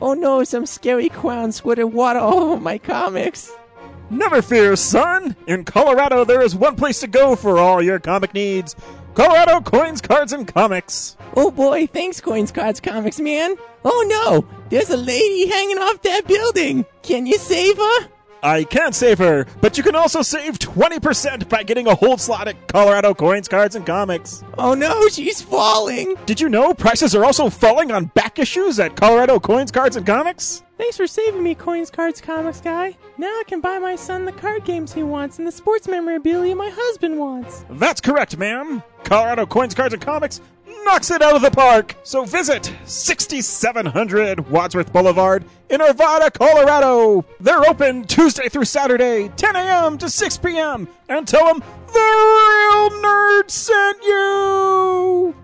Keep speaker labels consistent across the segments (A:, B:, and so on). A: Oh no, some scary clown squirted water all over Oh, my comics.
B: Never fear, son! In Colorado, there is one place to go for all your comic needs Colorado Coins, Cards, and Comics!
A: Oh boy, thanks, Coins Cards Comics, man. Oh no, there's a lady hanging off that building. Can you save her?
B: I can't save her, but you can also save 20% by getting a hold slot at Colorado Coins, Cards, and Comics.
A: Oh no, she's falling.
B: Did you know prices are also falling on back issues at Colorado Coins, Cards, and Comics?
A: Thanks for saving me, Coins Cards Comics guy. Now I can buy my son the card games he wants and the sports memorabilia my husband wants.
B: That's correct, ma'am. Colorado Coins, Cards, and Comics knocks it out of the park. So visit 6700 Wadsworth Boulevard in Arvada, Colorado. They're open Tuesday through Saturday, 10 a.m. to 6 p.m. And tell them the real nerd sent you.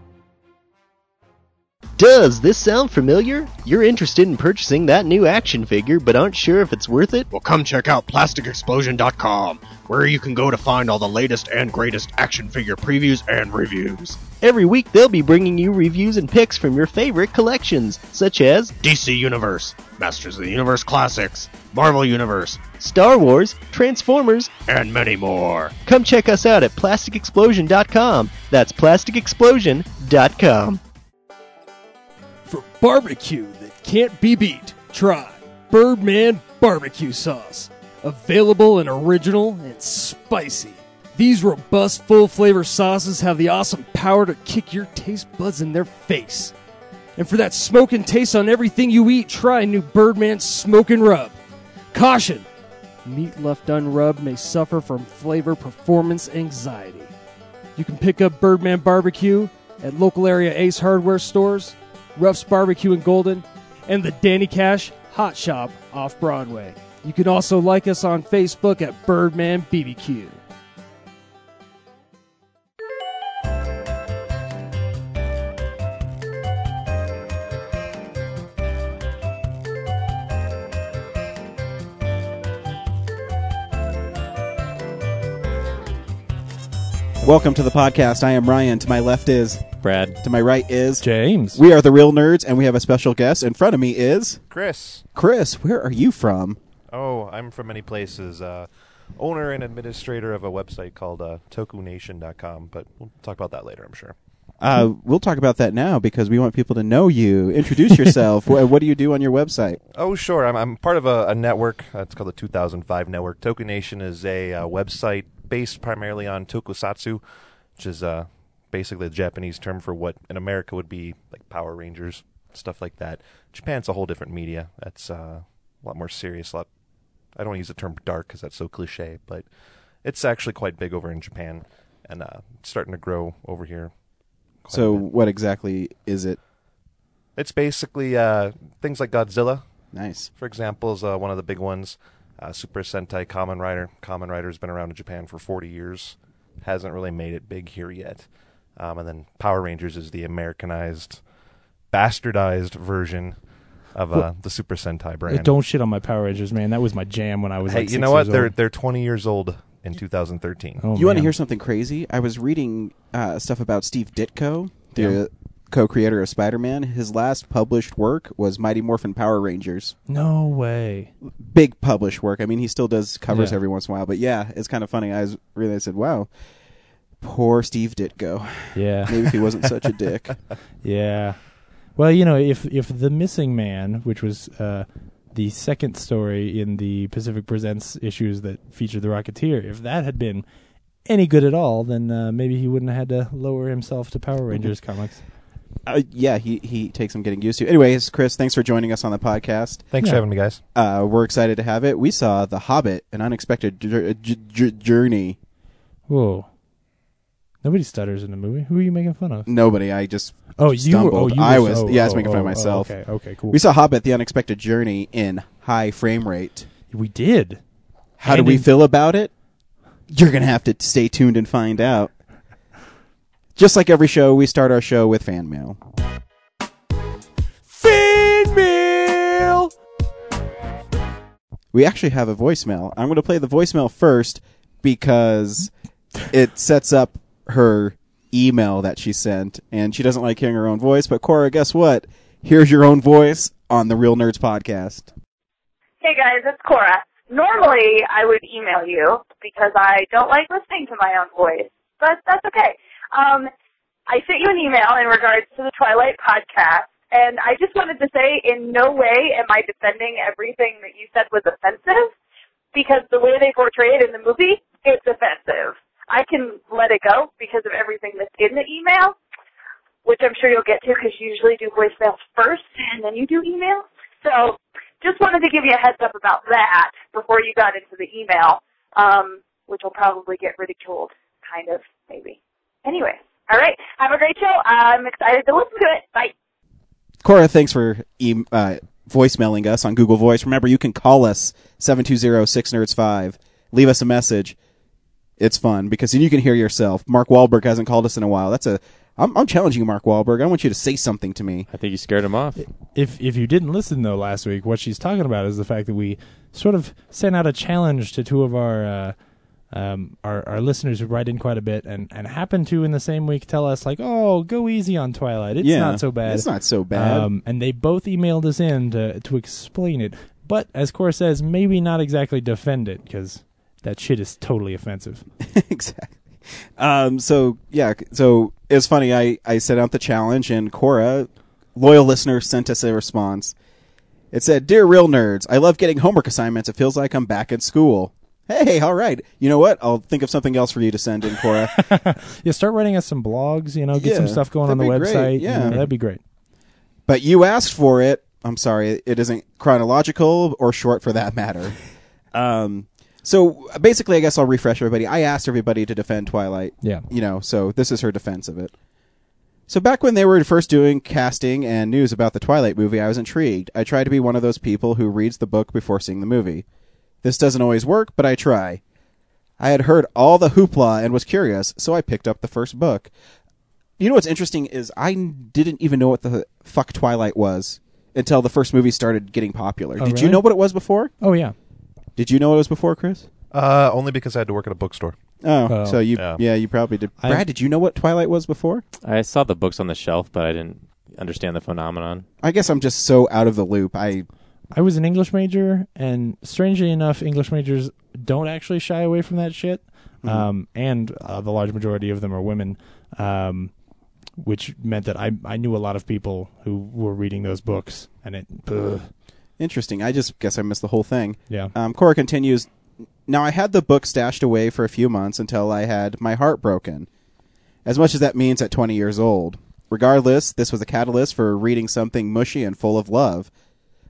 C: Does this sound familiar? You're interested in purchasing that new action figure but aren't sure if it's worth it?
D: Well, come check out plasticexplosion.com, where you can go to find all the latest and greatest action figure previews and reviews.
C: Every week they'll be bringing you reviews and picks from your favorite collections, such as
D: DC Universe, Masters of the Universe Classics, Marvel Universe,
C: Star Wars, Transformers,
D: and many more.
C: Come check us out at plasticexplosion.com. That's plasticexplosion.com.
E: For barbecue that can't be beat, try Birdman Barbecue Sauce. Available and original and spicy. These robust, full flavor sauces have the awesome power to kick your taste buds in their face. And for that smoking taste on everything you eat, try new Birdman Smoke and Rub. Caution! Meat left unrubbed may suffer from flavor performance anxiety. You can pick up Birdman Barbecue at local area Ace Hardware stores, Ruff's Barbecue in Golden, and the Danny Cash Hot Shop off Broadway. You can also like us on Facebook at Birdman BBQ.
F: Welcome to the podcast. I am Ryan. To my left is
G: Brad.
F: to my right is
G: James.
F: We are the real nerds, and we have a special guest in front of me is
H: Chris.
F: Chris. Where are you from?
H: Oh, I'm from many places. Uh, owner and administrator of a website called uh, tokunation.com, but we'll talk about that later, I'm sure.
F: Uh, we'll talk about that now because we want people to know you. Introduce yourself. Wh- what do you do on your website?
H: Oh, sure. I'm, I'm part of a, a network. Uh, it's called the 2005 Network. Tokunation is a uh, website based primarily on tokusatsu, which is uh, basically the Japanese term for what in America would be like Power Rangers, stuff like that. Japan's a whole different media. That's uh, a lot more serious. A lot. I don't use the term dark because that's so cliche, but it's actually quite big over in Japan and uh, it's starting to grow over here. quite a
F: So,
H: bit.
F: what exactly is it?
H: it's basically uh, things like Godzilla,
F: Nice.
H: for example, is uh, one of the big ones. Uh, Super Sentai Kamen Rider. Kamen Rider's been around in Japan for 40 years, hasn't really made it big here yet. Um, and then Power Rangers is the Americanized, bastardized version of uh, the Super Sentai brand.
G: Don't shit on my Power Rangers, man. That was my jam when I was
H: hey,
G: like
H: you
G: six
H: know what?
G: years
H: They're
G: old.
H: they're 20 years old in 2013.
G: Oh,
F: you want to
G: man.
F: hear something crazy? I was reading uh, stuff about Steve Ditko, the co-creator of Spider-Man. His last published work was Mighty Morphin Power Rangers.
G: No way.
F: big published work. I mean, he still does covers
G: Yeah.
F: every once in a while, but yeah, it's kind of funny. I was really I said, "Wow, poor Steve Ditko.
G: Yeah,
F: Maybe if he wasn't such a dick."
G: yeah. Well, you know, if if the missing man, which was uh, the second story in the Pacific Presents issues that featured the Rocketeer, if that had been any good at all, then uh, maybe he wouldn't have had to lower himself to
F: Mm-hmm.
G: Power Rangers comics.
F: Uh, yeah, he he takes some getting used to. Anyways, Chris, thanks for joining us on the podcast.
H: Thanks
G: Yeah.
H: for having me, guys.
F: Uh, we're excited to have it. We saw The Hobbit: An Unexpected Jour- J- J- Journey.
G: Whoa. Nobody stutters in the movie. Who are you making fun of?
F: Nobody, I just
G: Oh, you were. Oh,
F: stumbled.
G: you were-
F: I was-
G: oh,
F: yeah, I was
G: oh,
F: making fun of
G: oh, oh,
F: myself.
G: Okay. Okay. Cool.
F: we saw Hobbit: The Unexpected Journey in high frame rate.
G: We did.
F: How do
G: And
F: we
G: in-
F: feel about it? You're going to have to stay tuned and find out. Just like every show, we start our show with fan mail.
E: Fan mail!
F: We actually have a voicemail. I'm going to play the voicemail first because it sets up her email that she sent, and she doesn't like hearing her own voice. But Cora, guess what? Here's your own voice on the Real Nerds podcast.
I: Hey guys, it's Cora. Normally I would email you because I don't like listening to my own voice, but that's okay. Um, I sent you an email in regards to the Twilight podcast, and I just wanted to say in no way am I defending everything that you said was offensive because the way they portray it in the movie, it's offensive. I can let it go because of everything that's in the email, which I'm sure you'll get to because you usually do voicemails first and then you do email. So just wanted to give you a heads up about that before you got into the email, um, which will probably get ridiculed, kind of, maybe. Anyway, all right. Have a great show. I'm excited to listen to it. Bye.
F: Cora, thanks for e- uh, voicemailing us on Google Voice. Remember, you can call us 720-6NERDS5. Leave us a message. It's fun because then you can hear yourself. Mark Wahlberg hasn't called us in a while. That's a I'm, I'm challenging you, Mark Wahlberg. I want you to say something to me.
E: I think you scared him off.
J: If if you didn't listen though last week, what she's talking about is the fact that we sort of sent out a challenge to two of our uh, um, our, our listeners who write in quite a bit and and happen to in the same week tell us like, oh, go easy on Twilight. It's
F: Yeah,
J: not so bad. Um,
F: it's not so bad.
J: and they both emailed us in to to explain it, but as Cora says, maybe not exactly defend it because that shit is totally offensive.
F: exactly. Um, so yeah, so it's funny. I I sent out the challenge, and Cora, loyal listener, sent us a response. It said, "Dear real nerds, I love getting homework assignments. It feels like I'm back at school." Hey, all right. You know what? I'll think of something else for you to send in, Cora.
J: Yeah, start writing us some blogs. You know, get some
F: Yeah,
J: stuff going on the
F: that'd be great,
J: website. you
F: yeah.
J: know, that'd be great.
F: but you asked for it. I'm sorry, it isn't chronological or short for that matter. Um, so basically, I guess I'll refresh everybody. I asked everybody to defend Twilight.
J: Yeah.
F: You know, so this is her defense of it. So back when they were first doing casting and news about the Twilight movie, I was intrigued. I try to be one of those people who reads the book before seeing the movie. This doesn't always work, but I try. I had heard all the hoopla and was curious, so I picked up the first book. You know what's interesting is I n- didn't even know what the fuck Twilight was until the first movie started getting popular. Did you
J: Oh, really?
F: know what it was before?
J: Oh yeah.
F: Did you know what it was before, Chris?
H: Uh, only because I had to work at a bookstore.
F: Oh,
J: Oh.
F: so you yeah.
H: Yeah.
F: you probably did.
J: I-
F: Brad, did you know what Twilight was before?
E: I saw the books on the shelf, but I didn't understand the phenomenon.
F: I guess I'm just so out of the loop. I
J: I was an English major, and strangely enough, English majors don't actually shy away from that shit.
F: Mm-hmm.
J: Um, and uh, the large majority of them are women, um, which meant that I I knew a lot of people who were reading those books, and it ugh,
F: Interesting. I just guess I missed the whole thing.
J: Yeah.
F: Um, Cora continues. Now I had the book stashed away for a few months until I had my heart broken. As much as that means at 20 years old. Regardless, this was a catalyst for reading something mushy and full of love.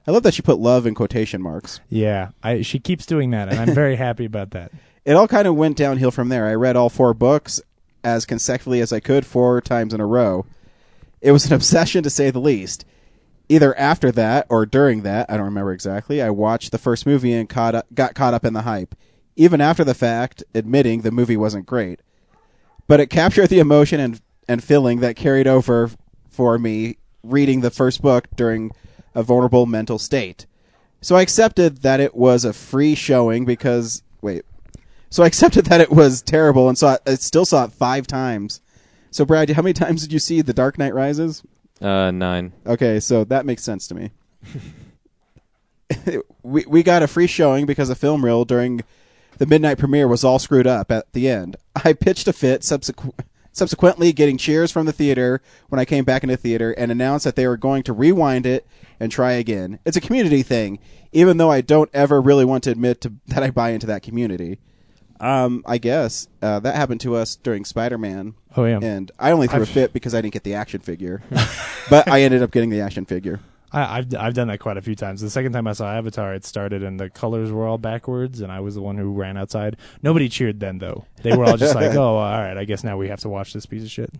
F: I love that she put love in quotation marks.
J: yeah. I she keeps doing that, and I'm very happy about that.
F: It all kind of went downhill from there. I read all four books as consecutively as I could, four times in a row. It was an obsession to say the least. Either after that or during that, I don't remember exactly, I watched the first movie and caught up, got caught up in the hype, even after the fact, admitting the movie wasn't great. But it captured the emotion and, and feeling that carried over for me reading the first book during a vulnerable mental state. So I accepted that it was a free showing because, wait, so I accepted that it was terrible and saw it, I still saw it five times. So Brad, how many times did you see The Dark Knight Rises?
E: Uh, nine.
F: Okay, so that makes sense to me. we we got a free showing because the film reel during the midnight premiere was all screwed up at the end. I pitched a fit, subsequ- subsequently getting cheers from the theater when I came back into theater and announced that they were going to rewind it and try again. It's a community thing, even though I don't ever really want to admit to, that I buy into that community. Um, I guess uh, that happened to us during Spider Man.
J: Oh, yeah.
F: and I only threw a fit because I didn't get the action figure, but I ended up getting the action figure.
J: I, I've I've done that quite a few times. The second time I saw Avatar, it started and the colors were all backwards, and I was the one who ran outside. Nobody cheered then, though. They were all just like, "Oh, all right, I guess now we have to watch this piece of shit."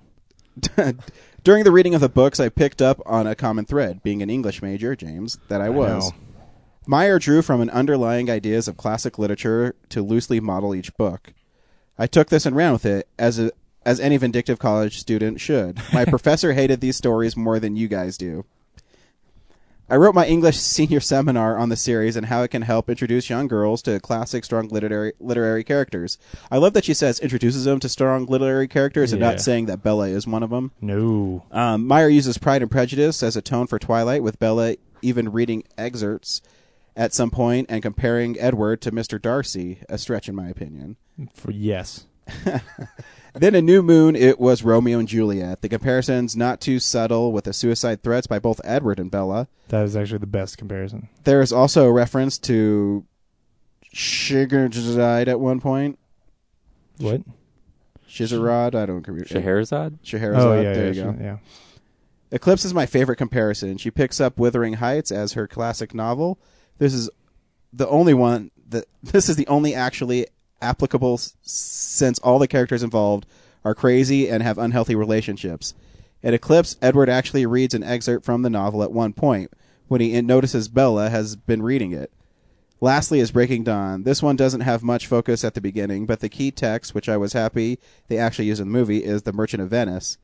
F: During the reading of the books, I picked up on a common thread, being an English major, James, that I was.
J: know.
F: Meyer drew from an underlying ideas of classic literature to loosely model each book. I took this and ran with it as a, as any vindictive college student should. My professor hated these stories more than you guys do. I wrote my English senior seminar on the series and how it can help introduce young girls to classic strong literary literary characters. I love that she says introduces them to strong literary characters and
G: Yeah.
F: not saying that Bella is one of them.
G: No.
F: Um, Meyer uses Pride and Prejudice as a tone for Twilight, with Bella even reading excerpts at some point and comparing Edward to Mr. Darcy, a stretch in my opinion.
G: For yes.
F: Then in New Moon, it was Romeo and Juliet. The comparison's not too subtle, with the suicide threats by both Edward and Bella.
G: That is actually the best comparison.
F: There is also a reference to Shigerad at one point.
G: What?
F: Shizarad, I don't remember.
J: Scheherazade?
F: Scheherazade,
G: Oh yeah,
F: there you
G: yeah,
F: go.
G: she- yeah.
F: Eclipse is my favorite comparison. She picks up Withering Heights as her classic novel. This is the only one that this is the only actually applicable s- since all the characters involved are crazy and have unhealthy relationships. In Eclipse, Edward actually reads an excerpt from the novel at one point when he notices Bella has been reading it. Lastly is Breaking Dawn. This one doesn't have much focus at the beginning, but the key text, which I was happy they actually used in the movie, is The Merchant of Venice,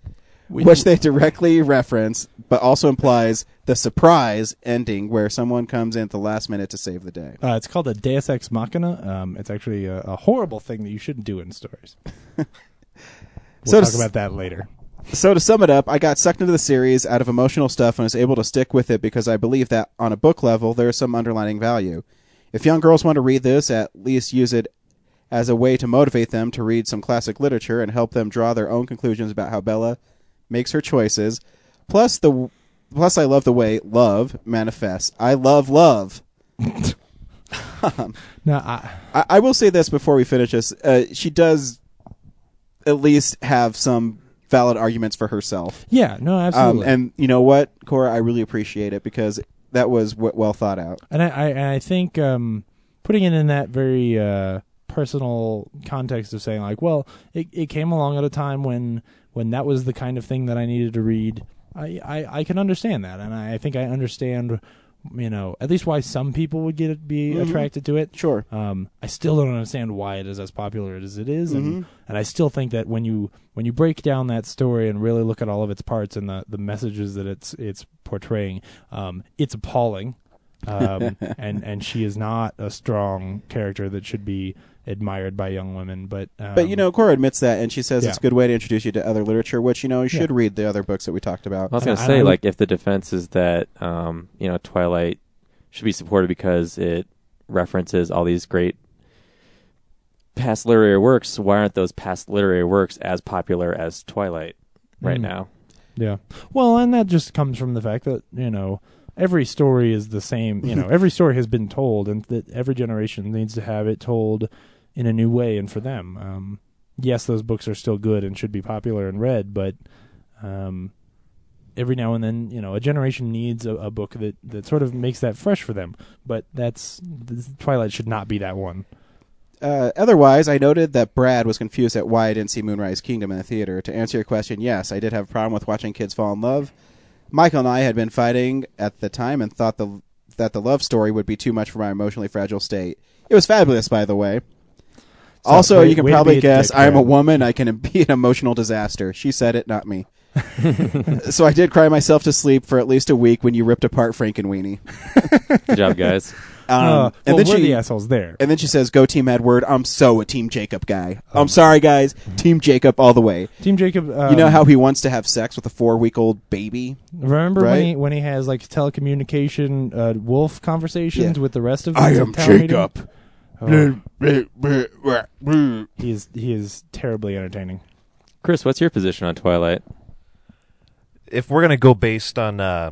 F: which they directly reference, but also implies the surprise ending where someone comes in at the last minute to save the day.
G: Uh, it's called a Deus Ex Machina. Um, it's actually a, a horrible thing that you shouldn't do in stories.
F: So
G: We'll
F: to s-
G: talk about that later.
F: So to sum it up, I got sucked into the series out of emotional stuff and was able to stick with it because I believe that on a book level there is some underlining value. If young girls want to read this, at least use it as a way to motivate them to read some classic literature and help them draw their own conclusions about how Bella makes her choices. Plus the plus I love the way love manifests. I love love.
G: No, I,
F: I, I will say this before we finish this. Uh, she does at least have some valid arguments for herself.
G: yeah, no,
F: Um,
G: absolutely.
F: and you know what, Cora, I really appreciate it because that was w- well thought out.
G: and I, I, and I think um, putting it in that very uh, personal context of saying like, well, it, it came along at a time when when that was the kind of thing that I needed to read. I, I, I can understand that, and I, I think I understand, you know, at least why some people would get be attracted to it.
F: Sure.
G: Um, I still don't understand why it is as popular as it is, and, and I still think that when you when you break down that story and really look at all of its parts and the, the messages that it's it's portraying, um, it's appalling. um, and and she is not a strong character that should be admired by young women. But um,
F: But you know, Cora admits that, and she says
G: Yeah.
F: it's a good way to introduce you to other literature, which you know you should read the other books that we talked about.
J: I was going
G: And
J: to
G: I-
J: say,
G: I would-
J: like, if the defense is that, um, you know, Twilight should be supported because it references all these great past literary works, why aren't those past literary works as popular as Twilight right
G: Mm.
J: now?
G: yeah. Well, and that just comes from the fact that you know every story is the same. You know, every story has been told, and that every generation needs to have it told in a new way. And for them, um, yes, those books are still good and should be popular and read, but. Um, Every now and then, you know, a generation needs a, a book that, that sort of makes that fresh for them. But that's Twilight should not be that one.
F: Uh, otherwise, I noted that Brad was confused at why I didn't see Moonrise Kingdom in the theater. To answer your question, yes, I did have a problem with watching kids fall in love. Michael and I had been fighting at the time and thought the that the love story would be too much for my emotionally fragile state. It was fabulous, by the way. also,
G: way-
F: you can
G: way to be
F: probably
G: a
F: guess
G: dick,
F: I am a
G: Brad.
F: woman. I can be an emotional disaster. She said it, not me. so I did cry myself to sleep for at least a week when you ripped apart Frank and Weenie.
J: Good job, guys.
F: Um,
G: Uh,
F: and
G: well,
F: then
G: we're
F: she,
G: the assholes there.
F: and then she says, "Go Team Edward." I'm so a Team Jacob guy. I'm sorry, guys. Team Jacob all the way.
G: Team Jacob, um,
F: you know how he wants to have sex with a four week old baby.
G: remember
F: right?
G: when he when he has like telecommunication uh, wolf conversations
F: Yeah.
G: with the rest of them at town meeting? Oh, he is he is terribly entertaining.
J: Chris, what's your position on Twilight?
H: if we're gonna go based on uh,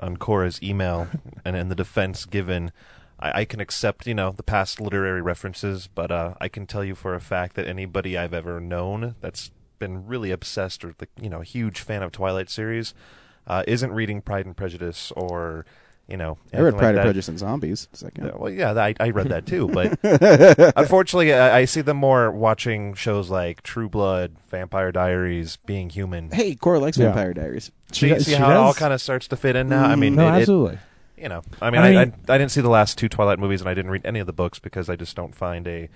H: on Cora's email and, and the defense given, I, I can accept you know the past literary references, but uh, I can tell you for a fact that anybody I've ever known that's been really obsessed or like, you know a huge fan of Twilight series uh, isn't reading Pride and Prejudice or you know
F: I
H: anything
F: read
H: like
F: Pride and
H: that.
F: Prejudice and Zombies. It's like, yeah.
H: Yeah, well, yeah, I, I read that too, but unfortunately, I, I see them more watching shows like True Blood, Vampire Diaries, Being Human.
F: Hey, Cora likes
G: Yeah.
F: Vampire Diaries.
H: See,
G: does-
H: see
G: she
H: how it all
G: does. Mm,
H: kind of starts to fit in now. I mean,
G: No,
H: it, it,
G: absolutely.
H: you know, I mean,
G: I
H: I,
G: mean-
H: I, I didn't see the last two Twilight movies, and I didn't read any of the books because I just don't find a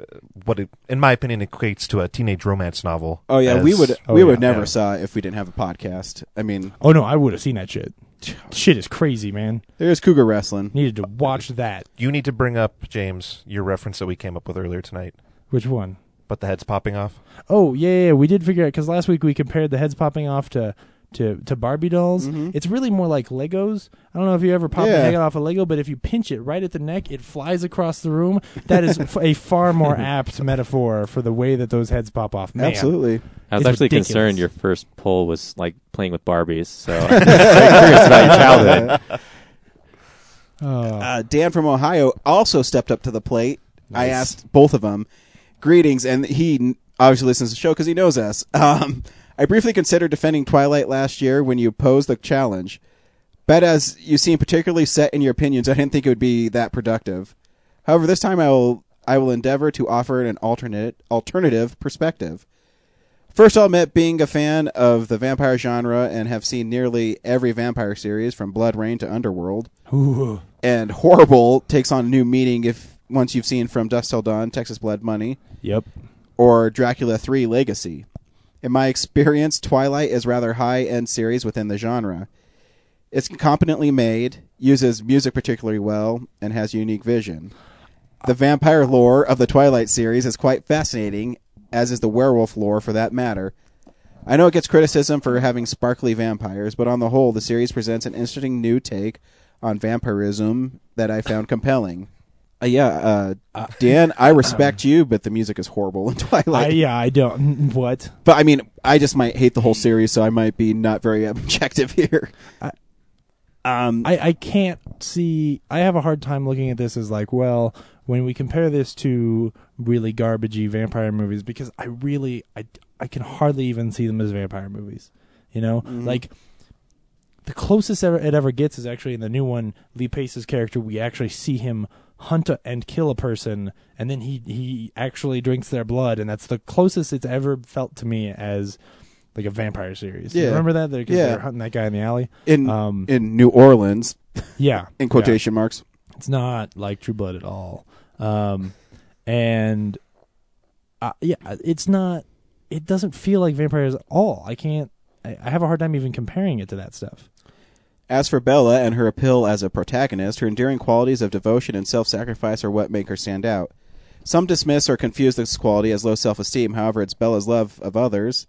H: uh, what, it, in my opinion, equates to a teenage romance novel.
F: Oh yeah,
H: as-
F: we would
G: Oh,
F: we
G: yeah.
F: would never
H: Yeah.
F: saw it if we didn't have a podcast. I mean,
G: oh no, I would have seen that shit. shit is crazy, man.
F: There's cougar wrestling.
G: Needed to watch that.
H: You need to bring up, James, your reference that we came up with earlier tonight.
G: Which one?
H: But the head's popping off.
G: Oh yeah, yeah, yeah, we did figure out because last week we compared the heads popping off to to to Barbie dolls. It's really more like Legos. I don't know if you ever popped the
F: Mm-hmm. Yeah.
G: head off a Lego, but if you pinch it right at the neck, it flies across the room. That is f- a far more apt metaphor for the way that those heads pop off. Man.
F: Absolutely.
J: I was
G: It's
J: actually
G: ridiculous.
J: concerned your first poll was like playing with Barbies, so I'm very curious about your childhood.
G: Oh.
F: Uh, Dan from Ohio also stepped up to the plate. I
G: Nice.
F: asked both of them greetings, and he n- obviously listens to the show because he knows us. Um, I briefly considered defending Twilight last year when you posed the challenge, but as you seem particularly set in your opinions, I didn't think it would be that productive. However, this time I will I will endeavor to offer an alternate alternative perspective. First, I'll admit being a fan of the vampire genre and have seen nearly every vampire series from Blood Rain to Underworld
G: Ooh.
F: and horrible takes on a new meaning if once you've seen from Dust Till Dawn, Texas Blood Money,
G: Yep.
F: or Dracula 3 Legacy. In my experience, Twilight is rather high-end series within the genre. It's competently made, uses music particularly well, and has unique vision. The vampire lore of the Twilight series is quite fascinating, as is the werewolf lore for that matter. I know it gets criticism for having sparkly vampires, but on the whole, the series presents an interesting new take on vampirism that I found compelling. Uh, yeah, uh, Dan, I respect you, but the music is horrible in Twilight.
G: I, Mm. yeah, I don't. What?
F: But I mean, I just might hate the whole series, so I might be not very objective here. um,
G: I, I can't see. I have a hard time looking at this as like, well, when we compare this to really garbagey vampire movies, because I really, I, I can hardly even see them as vampire movies. You know,
F: Mm-hmm.
G: like the closest ever it ever gets is actually in the new one. Lee Pace's character, we actually see him hunt a, and kill a person, and then he he actually drinks their blood, and that's the closest it's ever felt to me as like a vampire series. You
F: Yeah.
G: remember that? Because
F: Yeah.
G: they're hunting that guy in the alley.
F: in
G: um,
F: in New Orleans,
G: Yeah,
F: in
G: yeah.
F: quotation marks.
G: It's not like True Blood at all. Um, and uh, yeah, it's not. It doesn't feel like vampires at all. I can't. I, I have a hard time even comparing it to that stuff.
F: As for Bella and her appeal as a protagonist, her endearing qualities of devotion and self-sacrifice are what make her stand out. Some dismiss or confuse this quality as low self-esteem. However, it's Bella's love of others,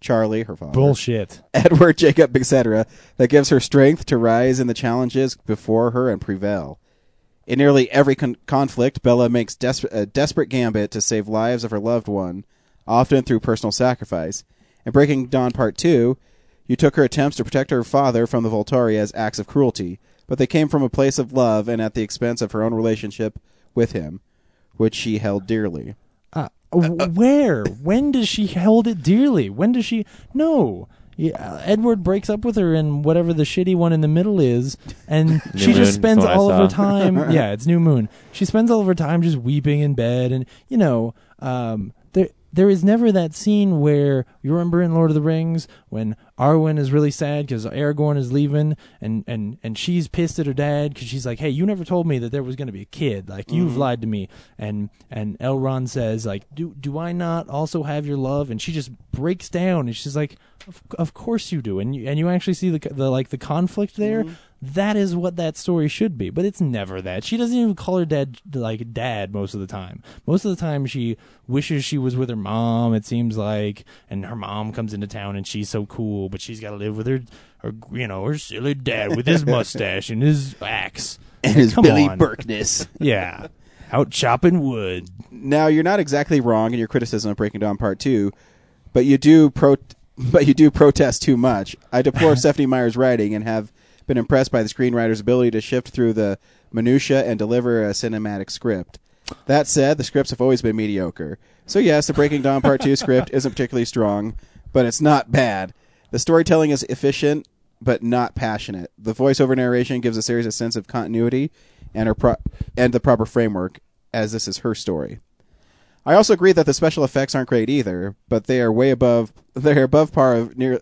F: Charlie, her father,
G: Bullshit.
F: Edward, Jacob, etc., that gives her strength to rise in the challenges before her and prevail. In nearly every con- conflict, Bella makes des- a desperate gambit to save lives of her loved one, often through personal sacrifice. In Breaking Dawn Part 2, you took her attempts to protect her father from the Volturi as acts of cruelty, but they came from a place of love and at the expense of her own relationship with him, which she held dearly.
G: W- Where? When does she hold it dearly? When does she? No. Yeah, Edward breaks up with her in whatever the shitty one in the middle is, and she
J: Moon,
G: just
J: that's
G: spends
J: what I
G: all of her
J: saw.
G: time. yeah, it's New Moon. She spends all of her time just weeping in bed, and you know, um, there there is never that scene where you remember in Lord of the Rings when Arwen is really sad because Aragorn is leaving, and and and she's pissed at her dad because she's like, "Hey, you never told me that there was going to be a kid. Like you've lied to me." And and Elrond says, "Like, do do I not also have your love?" And she just breaks down, and she's like, "Of, of course you do." And you and you actually see the c- the like the conflict there. That is what that story should be, but it's never that. She doesn't even call her dad like dad most of the time. Most of the time, she wishes she was with her mom. It seems like, and her mom comes into town and she's so cool, but she's got to live with her, her you know, her silly dad with his mustache and his axe
C: And his
G: Come
C: Billy
G: on.
C: Burkness.
G: Yeah, out chopping wood.
F: Now you're not exactly wrong in your criticism of Breaking Down Part Two, but you do pro but you do protest too much. I deplore Stephanie Meyer's writing and have been impressed by the screenwriter's ability to shift through the minutia and deliver a cinematic script. That said, the scripts have always been mediocre. So yes, the Breaking Dawn Part Two script isn't particularly strong, but it's not bad. The storytelling is efficient but not passionate. The voiceover narration gives the series a sense of continuity and her pro- and the proper framework, as this is her story. I also agree that the special effects aren't great either, but they are way above they're above par of near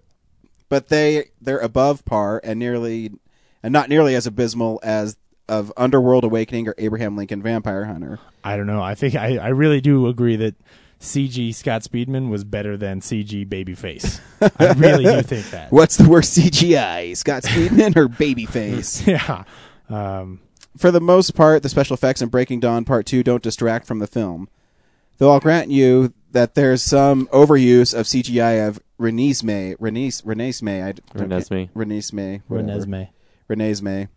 F: but they they're above par and nearly and not nearly as abysmal as of Underworld Awakening or Abraham Lincoln Vampire Hunter.
G: I don't know. I think I, I really do agree that CG Scott Speedman was better than CG Babyface. I really do think that.
F: What's the worst CGI, Scott Speedman or Babyface?
G: Yeah. Um,
F: For the most part, the special effects in Breaking Dawn Part 2 don't distract from the film. Though I'll grant you that there's some overuse of CGI of Renesmee, Renes, Renesmee, I d-
J: Renesmee.
F: Renesmee, whatever.
G: Renesmee.
F: Renesmee.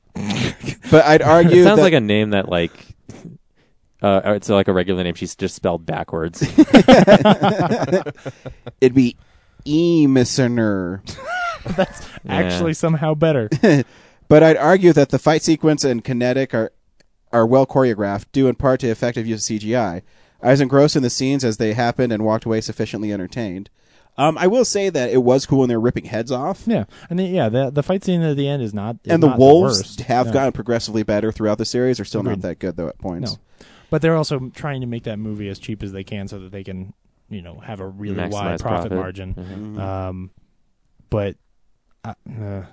F: but I'd argue
J: it sounds
F: that,
J: like a name that like uh, it's like a regular name. She's just spelled backwards.
F: it'd be Emisner.
G: Actually, somehow better.
F: But I'd argue that the fight sequence and kinetic are are well choreographed, due in part to effective use of CGI. I was engrossed in the scenes as they happened and walked away sufficiently entertained. Um, I will say that it was cool when they were ripping heads off,
G: yeah, and the, yeah, the the fight scene at the end is not. is
F: and the
G: not
F: wolves
G: worst.
F: have
G: No.
F: gotten progressively better throughout the series. They're still not
G: Agreed.
F: that good though at points.
G: No. But they're also trying to make that movie as cheap as they can so that they can, you know, have a really
J: Maximize
G: wide profit,
J: profit.
G: margin.
J: Mhm.
G: Um, but uh, uh,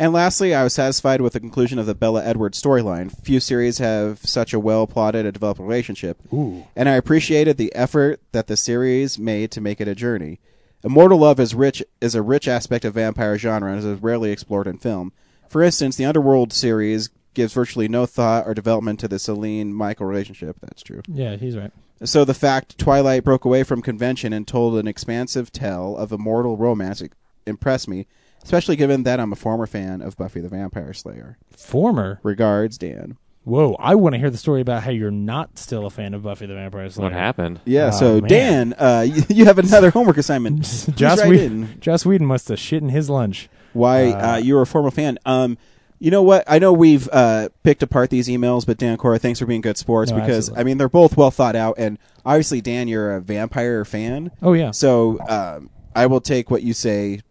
F: And lastly, I was satisfied with the conclusion of the Bella Edwards storyline. Few series have such a well plotted and developed relationship. And I appreciated the effort that the series made to make it a journey. Immortal love is rich is a rich aspect of vampire genre and is rarely explored in film. For instance, the Underworld series gives virtually no thought or development to the Celine Michael relationship. That's true.
G: yeah, he's right.
F: So the fact Twilight broke away from convention and told an expansive tale of immortal romance impressed me, especially given that I'm a former fan of Buffy the Vampire Slayer.
G: Former.
F: Regards, Dan.
G: Whoa, I want to hear the story about how you're not still a fan of Buffy the Vampire Slayer.
J: what happened?
F: Yeah,
G: Oh,
F: so
G: man.
F: Dan, uh, you, you have another homework assignment.
G: Joss,
F: Please write
G: Whedon,
F: in
G: Joss Whedon must have shit in his lunch.
F: Why uh, you were a former fan? Um, you know what? I know we've uh, picked apart these emails, but Dan Cora, thanks for being good sports
G: No,
F: because
G: absolutely.
F: I mean they're both well thought out, and obviously Dan, you're a vampire fan,
G: Oh yeah,
F: so um, I will take what you say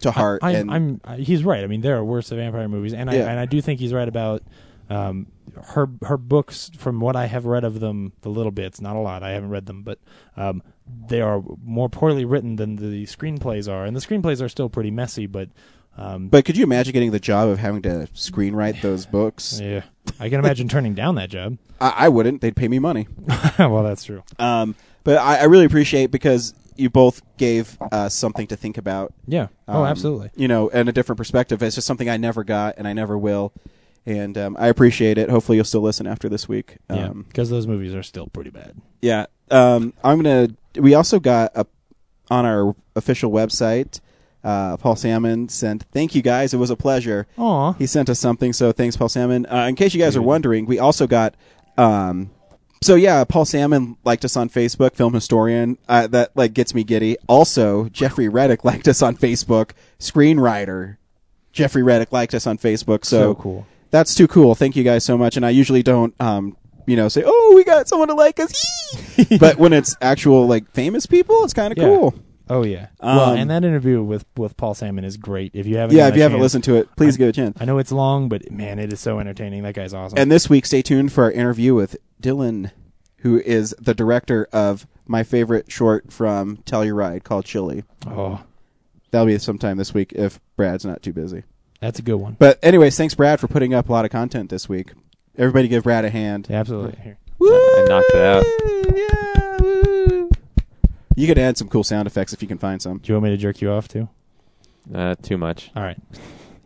F: to heart.
G: I, I'm,
F: and
G: I'm I- he's right. I mean, there are worse vampire movies, and I
F: Yeah.
G: and I do think he's right about um, her her books. From what I have read of them, the little bits, not a lot. I haven't read them, but um, they are more poorly written than the screenplays are, and the screenplays are still pretty messy. But um,
F: But could you imagine getting the job of having to screenwrite those books?
G: yeah, I can imagine turning down that job.
F: I, I wouldn't. They'd pay me money.
G: well, that's true.
F: Um, but I, I really appreciate because you both gave us something to think about.
G: Yeah. Oh,
F: um,
G: absolutely.
F: You know, and a different perspective. It's just something I never got and I never will. And um, I appreciate it. Hopefully, you'll still listen after this week.
G: Yeah,
F: Um,
G: because those movies are still pretty bad.
F: yeah. Um, I'm gonna. We also got a, on our official website. Uh, Paul Salmon sent. Thank you guys. It was a pleasure.
G: Aw.
F: He sent us something. So thanks, Paul Salmon. Uh, in case you guys are wondering, we also got. Um, so yeah, Paul Salmon liked us on Facebook. Film historian. Uh, that like gets me giddy. Also, Jeffrey Reddick liked us on Facebook. Screenwriter. Jeffrey Reddick liked us on Facebook. So,
G: So cool.
F: That's too cool. Thank you guys so much. And I usually don't, um, you know, say, "Oh, we got someone to like us." Yee!" but when it's actual like famous people, it's kind of
G: Yeah.
F: cool.
G: Oh yeah. well,
F: Um,
G: and that interview with with Paul Salmon is great. If you haven't,
F: Yeah,
G: gotten
F: if you
G: a
F: haven't
G: chance-
F: listened to it, please give it a chance.
G: I know it's long, but man, it is so entertaining. That guy's awesome.
F: And this week, stay tuned for our interview with Dylan, who is the director of my favorite short from Telluride called Chili.
G: oh,
F: That'll be sometime this week if Brad's not too busy.
G: that's a good one.
F: But anyways, thanks Brad for putting up a lot of content this week. Everybody, give Brad a hand.
G: Yeah, absolutely. Here.
J: I knocked it out.
F: Yeah, woo. You could add some cool sound effects if you can find some.
G: Do you want me to jerk you off too?
J: Uh, too much.
G: All right.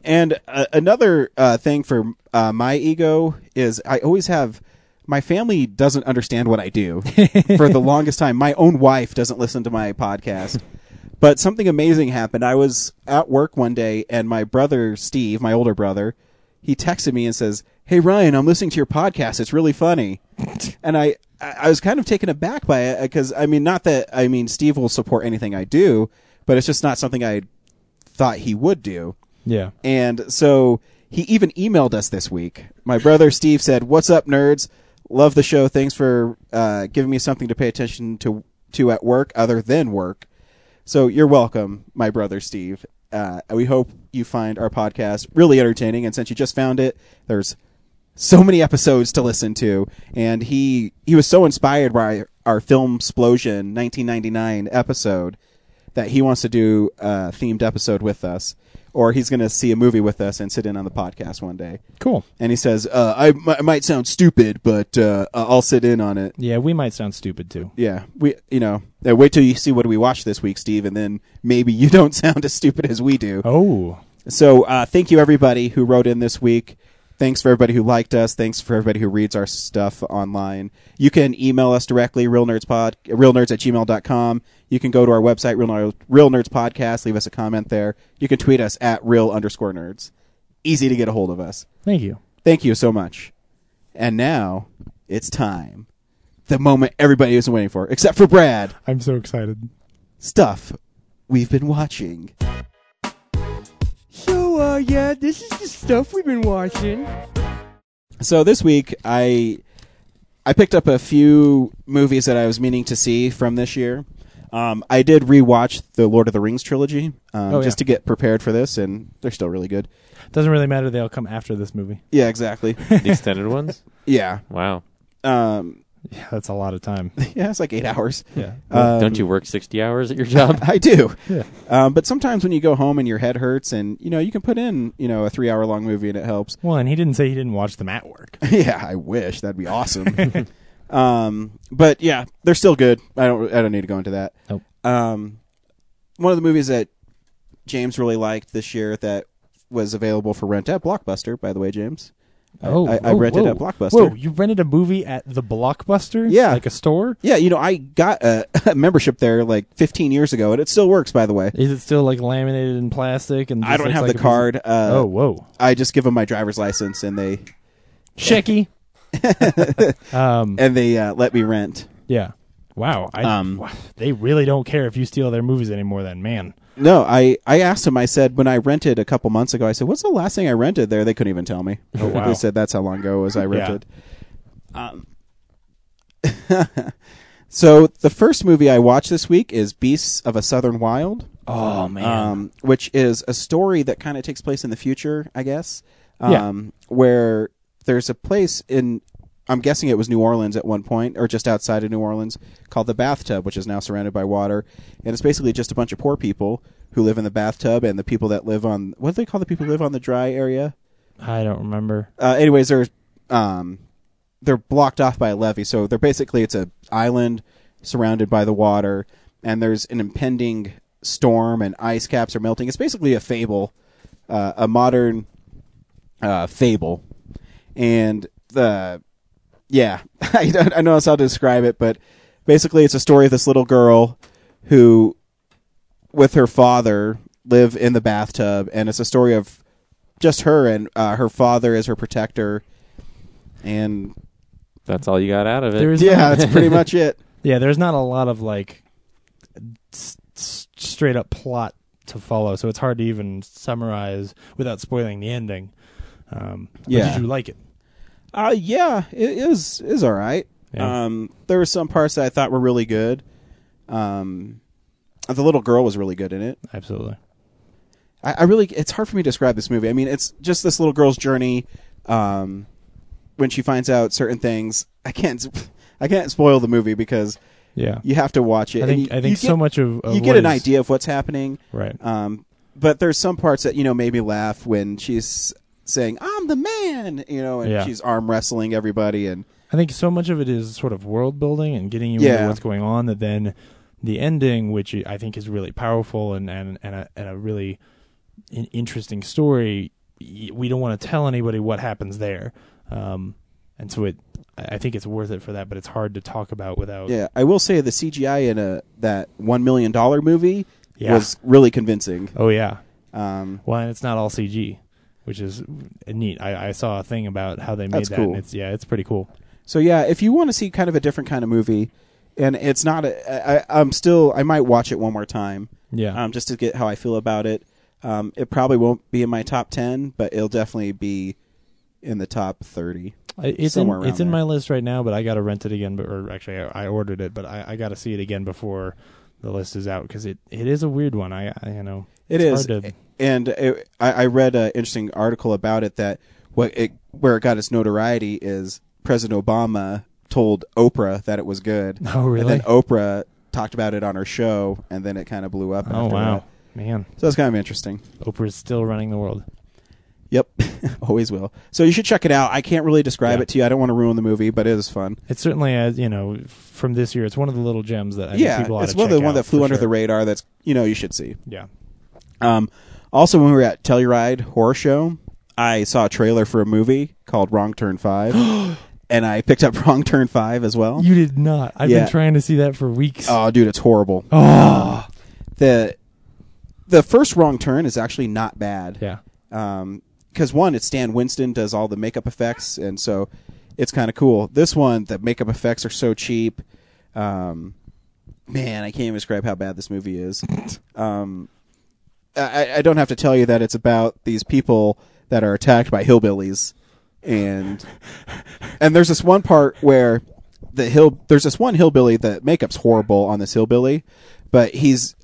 F: And uh, another uh, thing for uh, my ego is I always have my family doesn't understand what I do for the longest time. My own wife doesn't listen to my podcast. But something amazing happened. I was at work one day and my brother Steve, my older brother, he texted me and says, "Hey Ryan, I'm listening to your podcast. It's really funny." and I I I was kind of taken aback by it because I mean not that I mean Steve will support anything I do, but it's just not something I thought he would do.
G: Yeah.
F: And so he even emailed us this week. My brother Steve said, "What's up, nerds? Love the show. Thanks for uh, giving me something to pay attention to to at work other than work." So you're welcome, my brother Steve. Uh, we hope you find our podcast really entertaining. And since you just found it, there's so many episodes to listen to. And he he was so inspired by our film explosion 1999 episode that he wants to do a themed episode with us. or he's going to see a movie with us and sit in on the podcast one day.
G: Cool.
F: And he says, uh, I, mi- I might sound stupid, but uh, I'll sit in on it.
G: Yeah, we might sound stupid too.
F: Yeah, we, you know, uh, wait till you see what we watch this week, Steve, and then maybe you don't sound as stupid as we do.
G: Oh,
F: So, uh, thank you everybody who wrote in this week. Thanks for everybody who liked us. Thanks for everybody who reads our stuff online. You can email us directly, realnerdspod, realnerds at gmail.com. You can go to our website, Real, Nerd, Real Nerds Podcast, leave us a comment there. You can tweet us at real underscore nerds. Easy to get a hold of us.
G: thank you.
F: Thank you so much. And now it's time. The moment everybody was waiting for, except for Brad.
G: I'm so excited.
F: Stuff we've been watching.
E: So, uh, yeah, this is the stuff we've been watching.
F: So this week I I picked up a few movies that I was meaning to see from this year. Um, I did rewatch the Lord of the Rings trilogy um,
G: Oh, yeah.
F: just to get prepared for this, and they're still really good.
G: Doesn't really matter. They'll come after this movie.
F: Yeah, exactly.
J: the extended
G: Mm.
J: ones.
F: yeah,
J: Wow.
F: um,
G: Yeah, that's a lot of time.
F: yeah, it's like eight hours.
G: Yeah.
F: Um,
J: Don't you work sixty hours at your job?
F: I do.
G: Yeah.
F: Um, but sometimes when you go home and your head hurts, and you know you can put in you know a three hour long movie and it helps.
G: Well, and he didn't say he didn't watch them at work.
F: yeah, I wish that'd be awesome. um, but yeah, they're still good. I don't. I don't need to go into that.
G: Nope.
F: Um, one of the movies that James really liked this year that was available for rent at Blockbuster. By the way, James. I- I, I
G: whoa,
F: rented
G: Oh, whoa.
F: at Blockbuster.
G: Whoa, you rented a movie at the Blockbuster?
F: Yeah.
G: like a store.
F: Yeah, you know, I got a, a membership there like 15 years ago, and it still works. By the way,
G: Is it still like laminated in plastic? And
F: I
G: just
F: don't
G: looks
F: have
G: like
F: the
G: a
F: card. Uh,
G: piece- oh, whoa,
F: I just give them my driver's license, and they
G: checky. um,
F: and they uh, let me rent.
G: yeah. Wow, I,
F: Um,
G: wow, they really don't care if you steal their movies anymore. Then, man,
F: No, I, I asked him, I said, when I rented a couple months ago, I said, what's the last thing I rented there? They couldn't even tell me.
G: Oh, wow.
F: They said, that's how long ago it was I rented. Um, so the first movie I watched this week is Beasts of a Southern Wild,
G: oh man,
F: um, which is a story that kind of takes place in the future, I guess,
G: Yeah.
F: um, where there's a place in, I'm guessing it was New Orleans at one point, or just outside of New Orleans, called the Bathtub, which is now surrounded by water. And it's basically just a bunch of poor people who live in the bathtub and the people that live on, what do they call the people who live on the dry area?
G: I don't remember.
F: uh, anyways, they're um, they're blocked off by a levee, so they're basically it's a island surrounded by the water, and there's an impending storm, and ice caps are melting. It's basically a fable, uh, a modern uh, fable, and the yeah, I don't I know that's how to describe it, but basically it's a story of this little girl who, with her father, live in the bathtub, and it's a story of just her and uh, her father is her protector, and
J: That's all you got out of it.
G: There is
F: yeah, that's pretty much it.
G: Yeah, there's not a lot of like s- s- straight up plot to follow, so it's hard to even summarize without spoiling the ending. Um, but
F: Yeah.
G: did you like it?
F: Uh, yeah, it is is all right.
G: Yeah.
F: Um, there were some parts that I thought were really good. Um, the little girl was really good in it.
G: Absolutely.
F: I, I really it's hard for me to describe this movie. I mean, it's just this little girl's journey um, when she finds out certain things. I can't I can't spoil the movie because
G: Yeah,
F: you have to watch it.
G: I
F: and
G: think
F: you-
G: I think
F: you
G: so
F: get-
G: much of, of
F: you
G: what
F: get an
G: is-
F: idea of what's happening.
G: right?
F: Um, but there's some parts that you know made me laugh when she's saying "I'm the man," you know, and
G: Yeah.
F: she's arm wrestling everybody, and
G: I think so much of it is sort of world building and getting you into
F: Yeah.
G: what's going on that then the ending, which I think is really powerful and and and a, and a really in- interesting story. y- We don't want to tell anybody what happens there, um, and so it. I I think it's worth it for that, but it's hard to talk about without.
F: yeah, I will say the CGI in a that one million dollar movie
G: Yeah.
F: was really convincing.
G: Oh yeah.
F: Um,
G: Well, and it's not all CG, which is uh, neat. I, I saw a thing about how they made
F: That's
G: that.
F: cool.
G: And it's yeah, it's pretty cool.
F: So yeah, if you want to see kind of a different kind of movie, and it's not a, I, I'm still I might watch it one more time,
G: Yeah.
F: um, just to get how I feel about it. Um, it probably won't be in my top ten, but it'll definitely be in the top thirty.
G: I- It's in,
F: somewhere around
G: it's in
F: there.
G: my list right now, but I got to rent it again. But or actually, I, I ordered it, but I, I got to see it again before the list is out because it, it is a weird one. I, I you know
F: It
G: it's
F: is,
G: hard to-
F: and it, I, I read an interesting article about it that what it where it got its notoriety is President Obama told Oprah that it was good.
G: Oh, really?
F: And then Oprah talked about it on her show, and then it kind of blew up.
G: oh
F: after
G: wow,
F: that.
G: Man,
F: So that's kind of interesting.
G: Oprah's still running the world.
F: Yep, always will. So you should check it out. I can't really describe it to you. I don't want to ruin the movie, but it is fun.
G: It's certainly, as you know, from this year, it's one of the little gems that I think
F: yeah,
G: people ought
F: it's
G: to
F: one of the
G: check
F: one
G: out
F: that flew
G: for
F: under the
G: sure.
F: radar. That's you know you should see.
G: Yeah.
F: Um, also, when we were at Telluride Horror Show, I saw a trailer for a movie called Wrong Turn Five, and I picked up Wrong Turn Five as well.
G: You did not. I've
F: Yeah.
G: been trying to see that for weeks.
F: Oh, dude, it's horrible. Oh. The the first wrong turn is actually not bad.
G: Yeah.
F: Um, because one, it's Stan Winston does all the makeup effects, and so it's kind of cool. This one, the makeup effects are so cheap. Um, man, I can't even describe how bad this movie is. um, I, I don't have to tell you that it's about these people that are attacked by hillbillies, and and there's this one part where the hill there's this one hillbilly that makeup's horrible on this hillbilly, but he's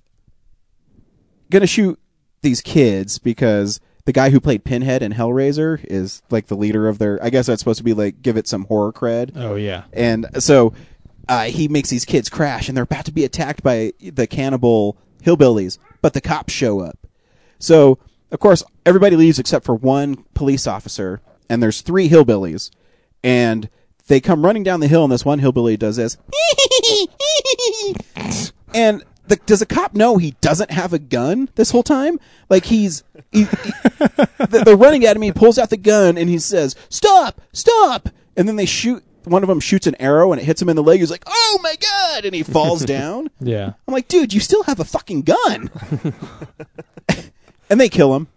F: gonna shoot these kids because the guy who played Pinhead in Hellraiser is like the leader of their. I guess that's supposed to be like give it some horror cred.
G: Oh, yeah.
F: And so uh, he makes these kids crash, and they're about to be attacked by the cannibal hillbillies, but the cops show up. So, of course, everybody leaves except for one police officer, and there's three hillbillies. And they come running down the hill, and this one hillbilly does this. and the, does the cop know he doesn't have a gun this whole time? Like, he's. He, he- th- they're running at him. He pulls out the gun and he says, "Stop! Stop!" And then they shoot. One of them shoots an arrow and it hits him in the leg. He's like, "Oh my god!" And he falls down.
G: Yeah.
F: I'm like, "Dude, you still have a fucking gun!" and they kill him.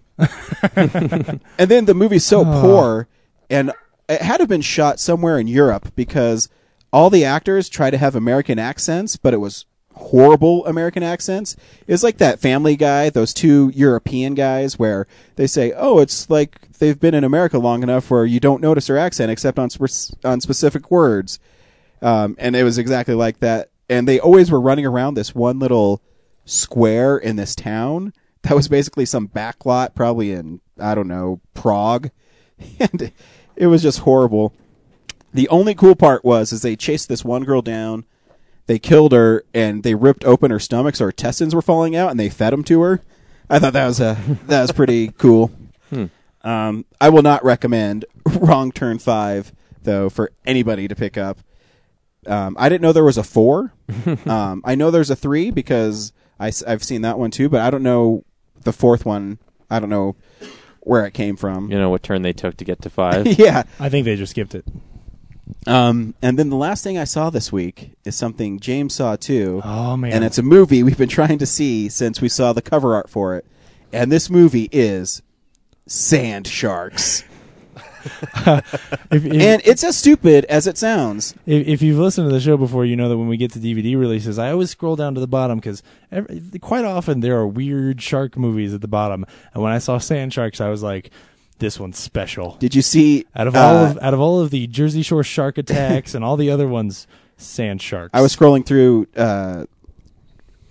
F: and then the movie's so poor, and it had to have been shot somewhere in Europe because all the actors try to have American accents, but it was horrible American accents. It's like that Family Guy, those two European guys, where they say, "Oh, it's like they've been in America long enough where you don't notice their accent except on spe- on specific words." Um, and it was exactly like that. And they always were running around this one little square in this town that was basically some back lot, probably in, I don't know, Prague. And it was just horrible. The only cool part was is they chased this one girl down, they killed her, and they ripped open her stomach so her intestines were falling out, and they fed them to her. I thought that was a that was pretty cool. Um, I will not recommend Wrong Turn Five though for anybody to pick up. Um, I didn't know there was a four. um, I know there's a three because I, have seen that one too, but I don't know the fourth one. I don't know where it came from.
J: You know what turn they took to get to five?
F: yeah.
G: I think they just skipped it.
F: Um, and then the last thing I saw this week is something James saw too.
G: Oh, man.
F: And it's a movie we've been trying to see since we saw the cover art for it. And this movie is Sand Sharks.
G: If, if,
F: and it's as stupid as it sounds.
G: if, if you've listened to the show before, you know that when we get to DVD releases, I always scroll down to the bottom because quite often there are weird shark movies at the bottom. And when I saw Sand Sharks, I was like, this one's special.
F: Did you see
G: out of all
F: uh,
G: of out of all of the Jersey Shore shark attacks and all the other ones, Sand Sharks.
F: I was scrolling through uh,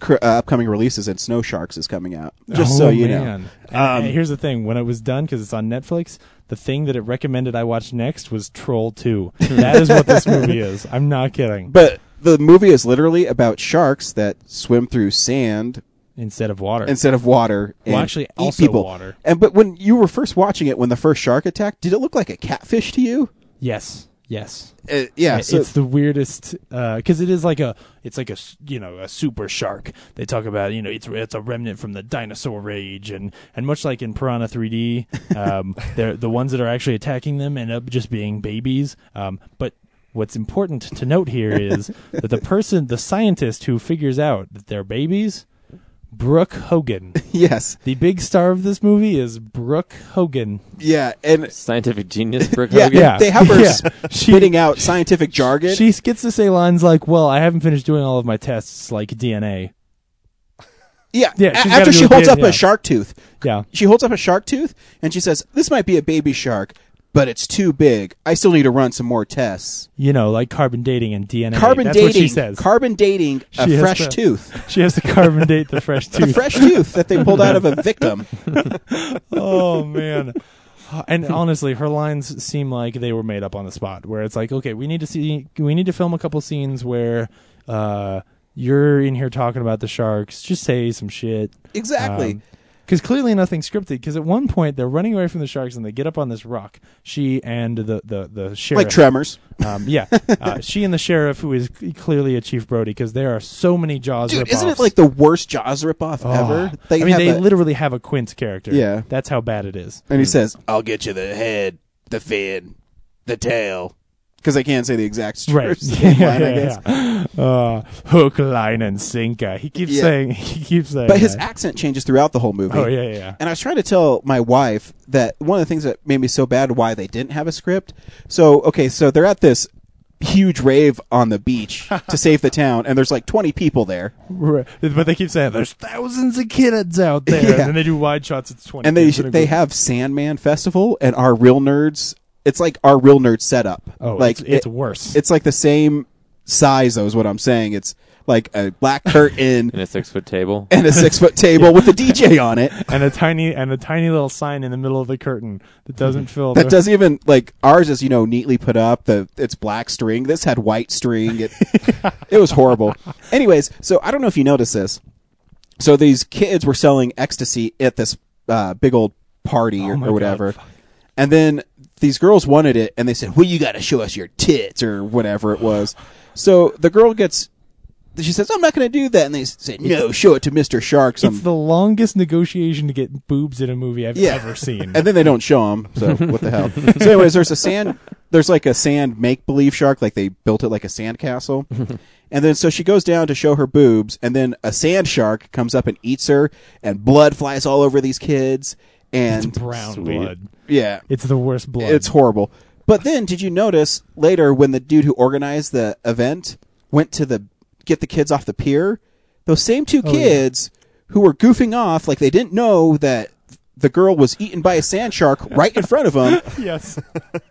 F: cr- uh, upcoming releases, and Snow Sharks is coming out. Just
G: Oh,
F: so you know, Um,
G: know. here's the thing: when it was done, because it's on Netflix, the thing that it recommended I watch next was Troll Two. that is what this movie is. I'm not kidding.
F: but the movie is literally about sharks that swim through sand
G: Instead of water,
F: instead of water. And
G: Well, actually,
F: eat
G: also
F: people.
G: water.
F: And but when you were first watching it, when the first shark attacked, did it look like a catfish to you?
G: yes, yes.
F: Uh, yeah,
G: It-
F: so-
G: it's the weirdest because it is like a it's like a s- you know a super shark. They talk about you know it's it's a remnant from the dinosaur rage and and much like in Piranha 3D, um, they're the ones that are actually attacking them end up just being babies. Um, but what's important to note here is that the person, the scientist who figures out that they're babies, Brooke Hogan.
F: yes,
G: The big star of this movie is Brooke Hogan.
F: yeah, and
J: Scientific genius, Brooke
F: yeah,
J: Hogan.
G: Yeah.
F: they have her
G: Yeah.
F: spitting out scientific jargon.
G: She gets to say lines like, "Well, I haven't finished doing all of my tests, like DNA."
F: yeah,
G: yeah,
F: a-
G: she's gotta
F: after
G: do
F: she
G: a
F: holds
G: bit,
F: up
G: yeah.
F: a shark tooth,
G: Yeah.
F: she holds up a shark tooth and she says, "This might be a baby shark, but it's too big. I still need to run some more tests."
G: you know, like carbon dating and DNA.
F: Carbon
G: That's
F: dating,
G: what she says.
F: carbon dating a
G: She has
F: fresh
G: to-
F: tooth,
G: she has to carbon date the fresh
F: the
G: tooth.
F: fresh tooth that they pulled out of a victim.
G: oh man. And honestly, her lines seem like they were made up on the spot. Where it's like, okay, we need to see, we need to film a couple scenes where, uh, you're in here talking about the sharks. Just say some shit. Um,
F: Exactly.
G: because clearly nothing's scripted. Because at one point they're running away from the sharks and they get up on this rock. She and the the the sheriff,
F: like Tremors.
G: um, yeah, uh, she and the sheriff, who is c- clearly a Chief Brody, because there are so many Jaws.
F: Dude,
G: ripoffs.
F: isn't it like the worst Jaws ripoff
G: Oh.
F: ever?
G: I mean,
F: have
G: they Hmm.
F: that-
G: literally have a Quint character.
F: Yeah.
G: that's how bad it is.
F: and he says, "I'll get you the head, the fin, the tail," because I can't say the exact
G: Right.
F: first line, I guess.
G: yeah. Uh, hook, line, and sinker. He keeps
F: Yeah.
G: saying. He keeps saying.
F: But his
G: that.
F: accent changes throughout the whole movie.
G: Oh yeah, yeah, yeah.
F: And I was trying to tell my wife that one of the things that made me so bad why they didn't have a script. So, okay, so they're at this huge rave on the beach to save the town, and there's like 20 people there.
G: Right. But they keep saying there's thousands of kids out there,
F: Yeah.
G: and then they do wide shots. It's twenty.
F: And they
G: kids in a
F: they
G: group.
F: have Sandman Festival and our real nerds. It's like our real nerd setup.
G: Oh,
F: like
G: it's, it's
F: it-
G: worse.
F: it's like the same size, though, is what I'm saying. It's like a black curtain
J: in a six foot table.
F: and a six foot table with a DJ on it.
G: and a tiny and a tiny little sign in the middle of the curtain that doesn't fill.
F: That
G: the-
F: doesn't even like ours is you know neatly put up. The it's black string. This had white string. It it was horrible. Anyways, so I don't know if you noticed this. So these kids were selling ecstasy at this uh, big old party or,
G: Oh my
F: or
G: God,
F: whatever, and then these girls wanted it, and they said, "Well, you got to show us your tits or whatever it was." So the girl gets. She says, "I'm not going to do that," and they said, "No, show it to Mister Um, Shark." Some
G: It's the longest negotiation to get boobs in a movie I've
F: Yeah.
G: ever seen.
F: and then they don't show them. So what the hell? So, anyways, there's a sand. There's like a sand make believe shark. Like they built it like a sand castle. and then so she goes down to show her boobs, and then a sand shark comes up and eats her, and blood flies all over these kids. And
G: Brown blood.
F: yeah,
G: It's the worst blood.
F: it's horrible. But then, did you notice later when the dude who organized the event went to the get the kids off the pier? Those same two kids who were goofing off like they didn't know that the girl was eaten by a sand shark right in front of them
G: yes.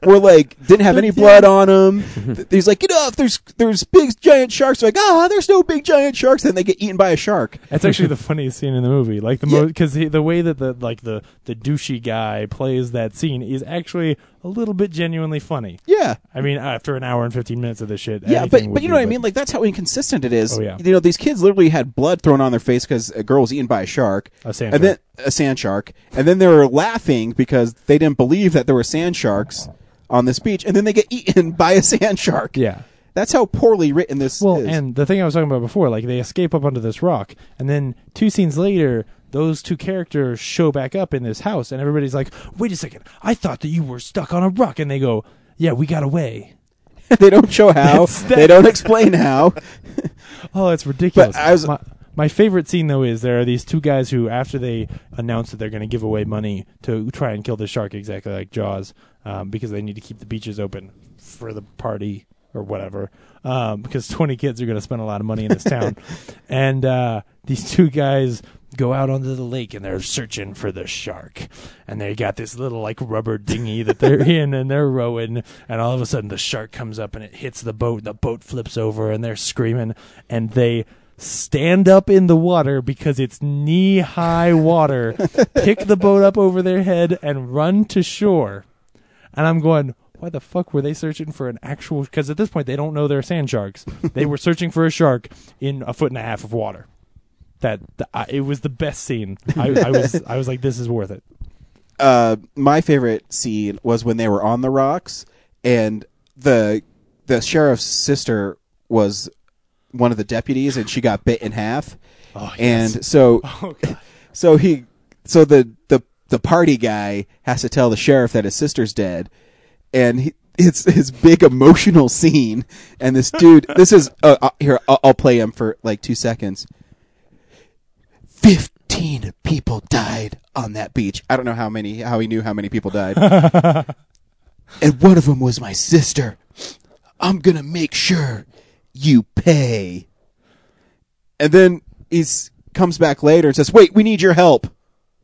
F: were like didn't have any blood on them. He's like, get off! There's there's big giant sharks. They're like, ah, there's no big giant sharks. Then they get eaten by a shark.
G: That's actually the funniest scene in the movie. Like the
F: Yeah.
G: mo because the way that the like the the douchey guy plays that scene is actually a little bit genuinely funny.
F: Yeah.
G: I mean, after an hour and fifteen minutes of this shit,
F: Yeah,
G: anything
F: but
G: would
F: but you
G: be,
F: know what I mean. Like that's how inconsistent it is.
G: Oh, yeah.
F: You know these kids literally had blood thrown on their face because a girl was eaten by a shark.
G: A sand
F: and
G: shark.
F: then a sand shark, and then they were laughing because they didn't believe that there were sand sharks on this beach, and then they get eaten by a sand shark.
G: Yeah.
F: that's how poorly written this
G: Well,
F: is.
G: and the thing I was talking about before, like they escape up onto this rock, and then two scenes later, those two characters show back up in this house, and everybody's like, "Wait a second, I thought that you were stuck on a rock," and they go, "Yeah, we got away."
F: they don't show how. They don't explain how.
G: Oh, it's
F: But
G: ridiculous.
F: I was-
G: my, my favorite scene though is there are these two guys who, after they announce that they're going to give away money to try and kill the shark, exactly like Jaws, um, because they need to keep the beaches open for the party or whatever, um, because twenty kids are going to spend a lot of money in this town, and uh, these two guys go out onto the lake and they're searching for the shark and they got this little like rubber dinghy that they're in and they're rowing and all of a sudden the shark comes up and it hits the boat and the boat flips over and they're screaming and they stand up in the water because it's knee high water pick the boat up over their head and run to shore and I'm going, why the fuck were they searching for an actual? Because at this point, they don't know they're sand sharks. they were searching for a shark in a foot and a half of water. That th- I, it was the best scene. I, I was I was like, this is worth it.
F: uh, my favorite scene was when they were on the rocks and the the sheriff's sister was one of the deputies and she got bit in half. Oh, yes. Oh, And so so he so the the the party guy has to tell the sheriff that his sister's dead and he it's his big emotional scene and this dude this is uh, uh, here I'll, I'll play him for like 2 seconds 15 people died on that beach. I don't know how many, how he knew how many people died. and one of them was my sister. I'm going to make sure you pay. And then he comes back later and says, Wait, we need your help.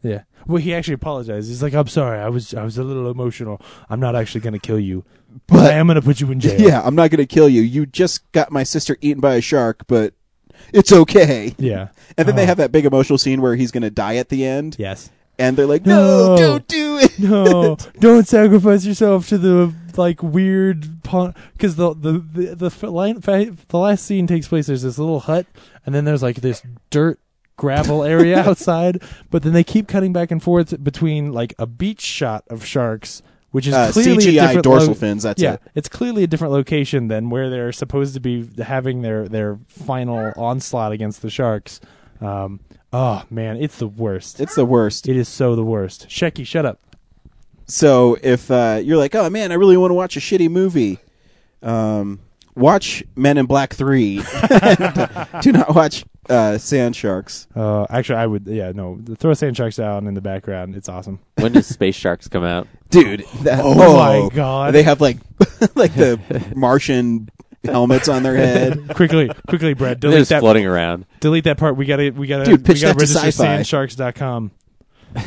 G: Yeah. Well, he actually apologized. He's like, I'm sorry. I was I was a little emotional. I'm not actually going to kill you, but, I am going to put you in jail.
F: Yeah, I'm not going to kill you. You just got my sister eaten by a shark, but it's okay.
G: Yeah.
F: And then they
G: Oh.
F: have that big emotional scene where he's going to die at the end.
G: Yes.
F: And they're like, No,
G: No.
F: don't do it.
G: No, Oh, don't sacrifice yourself to the like weird pun because the the the the, f- line, fa- the last scene takes place. There's this little hut, and then there's like this dirt gravel area outside. But then they keep cutting back and forth between like a beach shot of sharks, which is
F: Uh,
G: clearly
F: CGI
G: a different
F: dorsal fins, that's
G: yeah,
F: it.
G: it's clearly a different location than where they're supposed to be having their their final onslaught against the sharks. Um, oh man, it's the worst.
F: It's the worst.
G: It is so the worst. Shecky, shut up.
F: So if uh, you're like, oh man, I really want to watch a shitty movie, um, watch Men in Black Three. and, uh, do not watch uh, Sand Sharks.
G: Uh, actually, I would. Yeah, no. Throw sand sharks down in the background. It's awesome.
J: When does Space Sharks come out?
F: dude. that-
G: Oh my God.
F: They have like like the Martian helmets on their head.
G: quickly, quickly, Brad.
J: They're
G: Delete
J: just
G: that.
J: floating around.
G: Delete that part. We gotta. We gotta.
F: Dude, pitch
G: we gotta
F: that to
G: register
F: sci-fi.
G: sandsharks.com.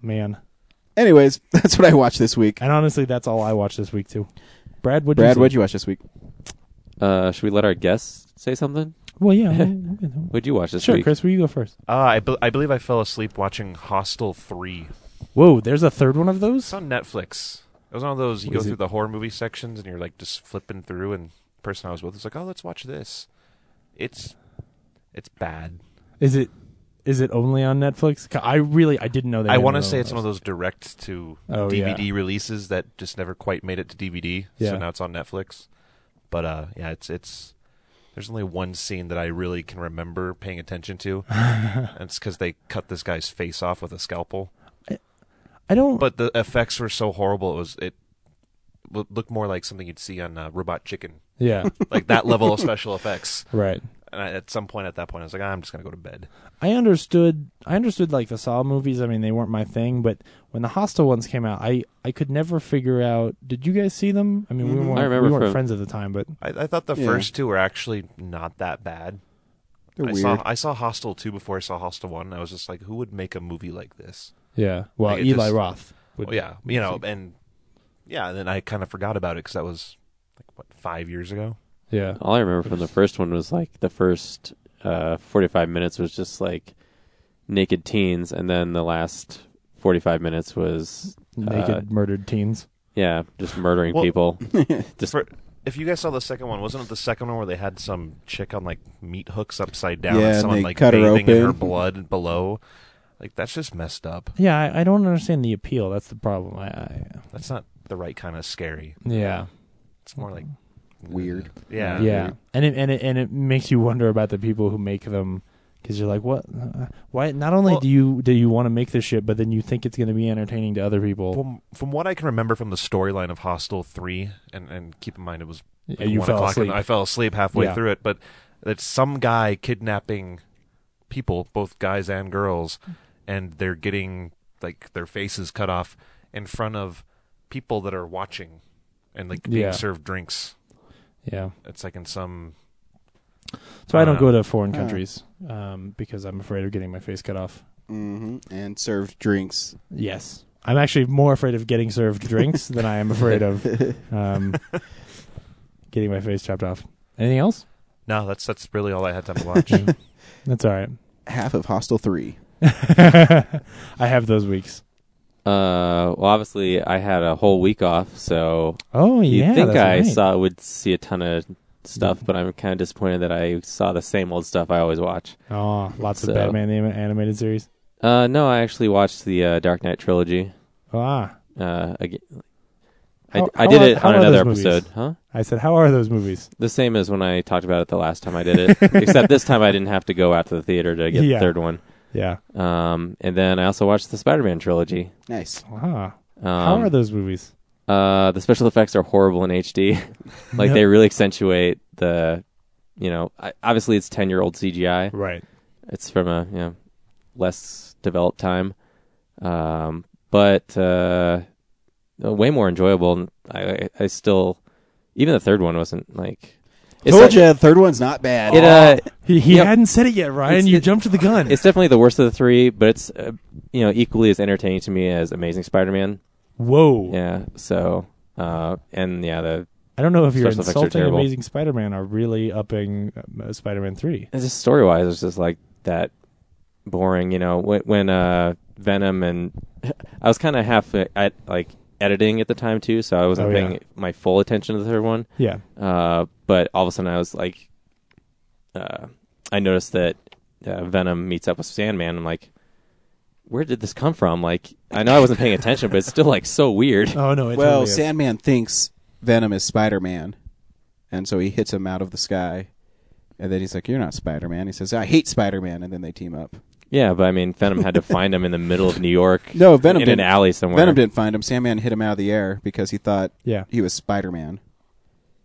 G: Man,
F: Anyways, that's what I watched this week.
G: and honestly, that's all I watched this week too. Brad, what?
F: Brad,
G: you
F: what'd you watch this week?
J: Uh, should we let our guests say something?
G: Well, yeah. well, you know.
J: Would you watch this
G: sure,
J: week?
G: Chris. Will you go first?
H: Uh, I, bel I believe I fell asleep watching Hostel 3.
G: Whoa, there's a third one of those.
H: It's on Netflix. It was one of those, you
G: What
H: go
G: is
H: through
G: it?
H: the horror movie sections and you're like just flipping through, and the person I was with was like, oh, let's watch this. It's it's bad.
G: Is it? Is it only on Netflix? 'Cause I really, I didn't know that.
H: I want to say it's one of those direct to
G: Oh, yeah.
H: DVD releases that just never quite made it to DVD.
G: Yeah.
H: So now it's on Netflix. But uh, yeah, it's it's there's only one scene that I really can remember paying attention to, and it's because they cut this guy's face off with a scalpel.
G: I don't.
H: But the effects were so horrible; it was it w- looked more like something you'd see on uh, Robot Chicken,
G: yeah.
H: like that level of special effects.
G: right.
H: And I, at some point, at that point, I was like, "Ah, I'm just gonna go to bed.
G: I understood I understood like the Saw movies. I mean, they weren't my thing, but when the Hostel ones came out, I I could never figure out. Did you guys see them? I mean, we weren't
J: Mm-hmm. I remember
G: we weren't
J: from-
G: friends at the time, but
H: I, I thought the
F: Yeah.
H: first two were actually not that bad.
F: They're
H: I
F: weird.
H: saw I saw Hostel two before I saw Hostel one. I was just like, who would make a movie like this?
G: yeah. Well,
H: Like, it
G: Eli
H: just-
G: Roth. would-
H: Well, yeah, you know, and yeah, and then I kind of forgot about it because that was like what five years ago.
G: yeah.
J: All I remember from the first one was like the first uh, 45 minutes was just like naked teens, and then the last 45 minutes was
G: Naked
J: uh,
G: murdered teens.
J: yeah, just murdering
H: Well-
J: people. Just-
H: For, if you guys saw the second one, wasn't it the second one where they had some chick on like meat hooks upside down
F: Yeah,
H: and
F: and
H: someone
F: they
H: like
F: cut her
H: bathing in her
F: open.
H: blood below? Like that's just messed up.
G: Yeah, I, I don't understand the appeal. That's the problem. I, I
H: That's not the right kind of scary.
G: yeah.
H: It's more like
F: Mm-hmm. Weird.
H: yeah,
G: yeah and it and it and it makes you wonder about the people who make them because you're like what uh, why not only
H: Well-
G: do you do you want to make this shit but then you think it's going to be entertaining to other people
H: From from what I can remember from the storyline of Hostel three, and and keep in mind it was
G: Yeah,
H: like,
G: you
H: one
G: fell
H: o'clock in the-
G: asleep.
H: I fell asleep halfway
G: Yeah.
H: through it, but it's some guy kidnapping people, both guys and girls, and they're getting like their faces cut off in front of people that are watching and like being
G: Yeah.
H: served drinks.
G: yeah
H: It's like in some
G: So I don't
H: Uh,
G: go to foreign
F: uh.
G: countries um, because I'm afraid of getting my face cut off.
F: hmm And served drinks.
G: Yes, I'm actually more afraid of getting served drinks than I am afraid of um, getting my face chopped off. Anything else?
H: no, that's that's really all I had time to watch.
G: That's all right.
F: Half of Hostel Three.
G: I have those weeks.
J: uh, well, obviously, I had a whole week off, so
G: Oh
J: you
G: yeah,
J: think
G: that's
J: I
G: right. Mm.
J: saw would see a ton of stuff, but I'm kind of disappointed that I saw the same old stuff I always watch.
G: Oh, lots
J: So-
G: of Batman the anim- animated series.
J: Uh, no, I actually watched the uh, Dark Knight trilogy.
G: Ah,
J: Uh, again. I,
G: How-
J: I
G: how
J: did
G: are-
J: it
G: how
J: on
G: are
J: another
G: those movies?
J: episode, huh?
G: I said, how are those movies?
J: The same as when I talked about it the last time I did it, except this time I didn't have to go out to the theater to get
G: Yeah.
J: the third one.
G: Yeah.
J: Um, and then I also watched the Spider-Man trilogy.
F: Nice.
G: Ah,
J: Um,
G: how are those movies?
J: Uh, the special effects are horrible in HD. like
G: No.
J: they really accentuate the, you know, I, obviously it's ten year old CGI.
G: Right.
J: It's from a you know less developed time, um, but uh, way more enjoyable. I, I, I still, even the third one wasn't like. It's not-
F: Told you, third one's not bad.
J: It uh,
G: He, he
J: Yeah.
G: hadn't said it yet, Ryan.
J: It's-
G: you
J: it-
G: jumped to the gun.
J: it's definitely the worst of the three, but it's uh, you know equally as entertaining to me as Amazing Spider-Man.
G: Whoa.
J: Yeah. So, uh, and yeah, the
G: I don't know if you're
J: Special effects are
G: insulting
J: terrible.
G: Amazing Spider-Man or really upping uh, Spider-Man Three.
J: it's just story wise, it's just like that boring. You know, when, when uh, Venom and I was kind of half uh, at like editing at the time too, so I wasn't
G: Oh, yeah.
J: paying my full attention to the third one.
G: Yeah,
J: Uh, but all of a sudden, I was like, uh, I noticed that uh, Venom meets up with Sandman. I'm like, where did this come from? Like, I know I wasn't paying attention, but it's still like so weird.
G: Oh no! It
F: well,
G: totally is.
F: Sandman thinks Venom is Spider Man, and so he hits him out of the sky. And then he's like, "You're not Spider Man." He says, "I hate Spider Man," and then they team up.
J: Yeah, but I mean, Venom had to find him in the middle of New York.
F: No, Venom
J: in an
F: didn't.
J: alley somewhere.
F: Venom didn't find him. Sandman hit him out of the air because he thought
G: Yeah.
F: he was Spider Man.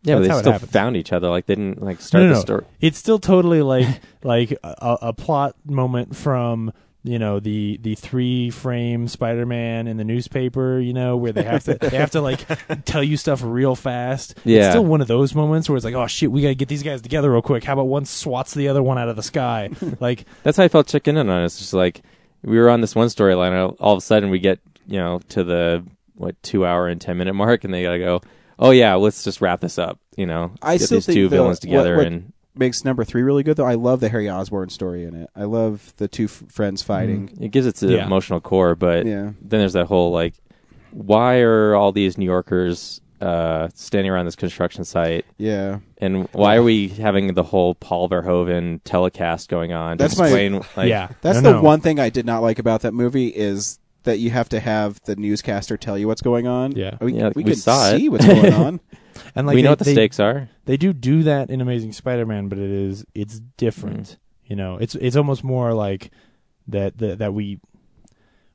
J: Yeah,
G: That's
J: but
G: how
J: they
G: it
J: still
G: happens.
J: found each other. Like, they didn't like start
G: no, no,
J: the
G: no.
J: story.
G: It's still totally like like a, a plot moment from you know the the three frame Spider-Man in the newspaper. You know where they have to they have to like tell you stuff real fast. it's
J: Yeah.
G: still one of those moments where it's like, oh shit, we gotta get these guys together real quick. How about one swats the other one out of the sky? like
J: That's how I felt checking in on it. It's just like we were on this one storyline. and All of a sudden, we get you know to the what two hour and ten minute mark, and they gotta go. Oh yeah, let's just wrap this up. You know,
F: I
J: get
F: still
J: these
F: think
J: two
F: the-
J: villains together,
F: what- what-
J: and
F: Makes number three really good though. I love the Harry Osborn story in it. I love the two f- friends fighting.
J: it gives it an
G: Yeah.
J: emotional core. But
F: Mm. Yeah.
J: then there's that whole like, why are all these New Yorkers uh, standing around this construction site,
F: Yeah,
J: and why are we having the whole Paul Verhoeven telecast going on? to
F: That's my-
J: explain, like,
G: yeah,
F: that's
G: No,
F: the
G: no.
F: one thing I did not like about that movie is that you have to have the newscaster tell you what's going on.
G: Yeah.
F: we,
J: Yeah,
F: we,
J: we
F: can
J: saw it.
F: see what's going on.
G: And like
J: we
G: they-
J: know what the
G: they-
J: stakes are.
G: they do do that in Amazing Spider-Man, but it is it's different.
J: Mm.
G: You know, it's it's almost more like that that, that we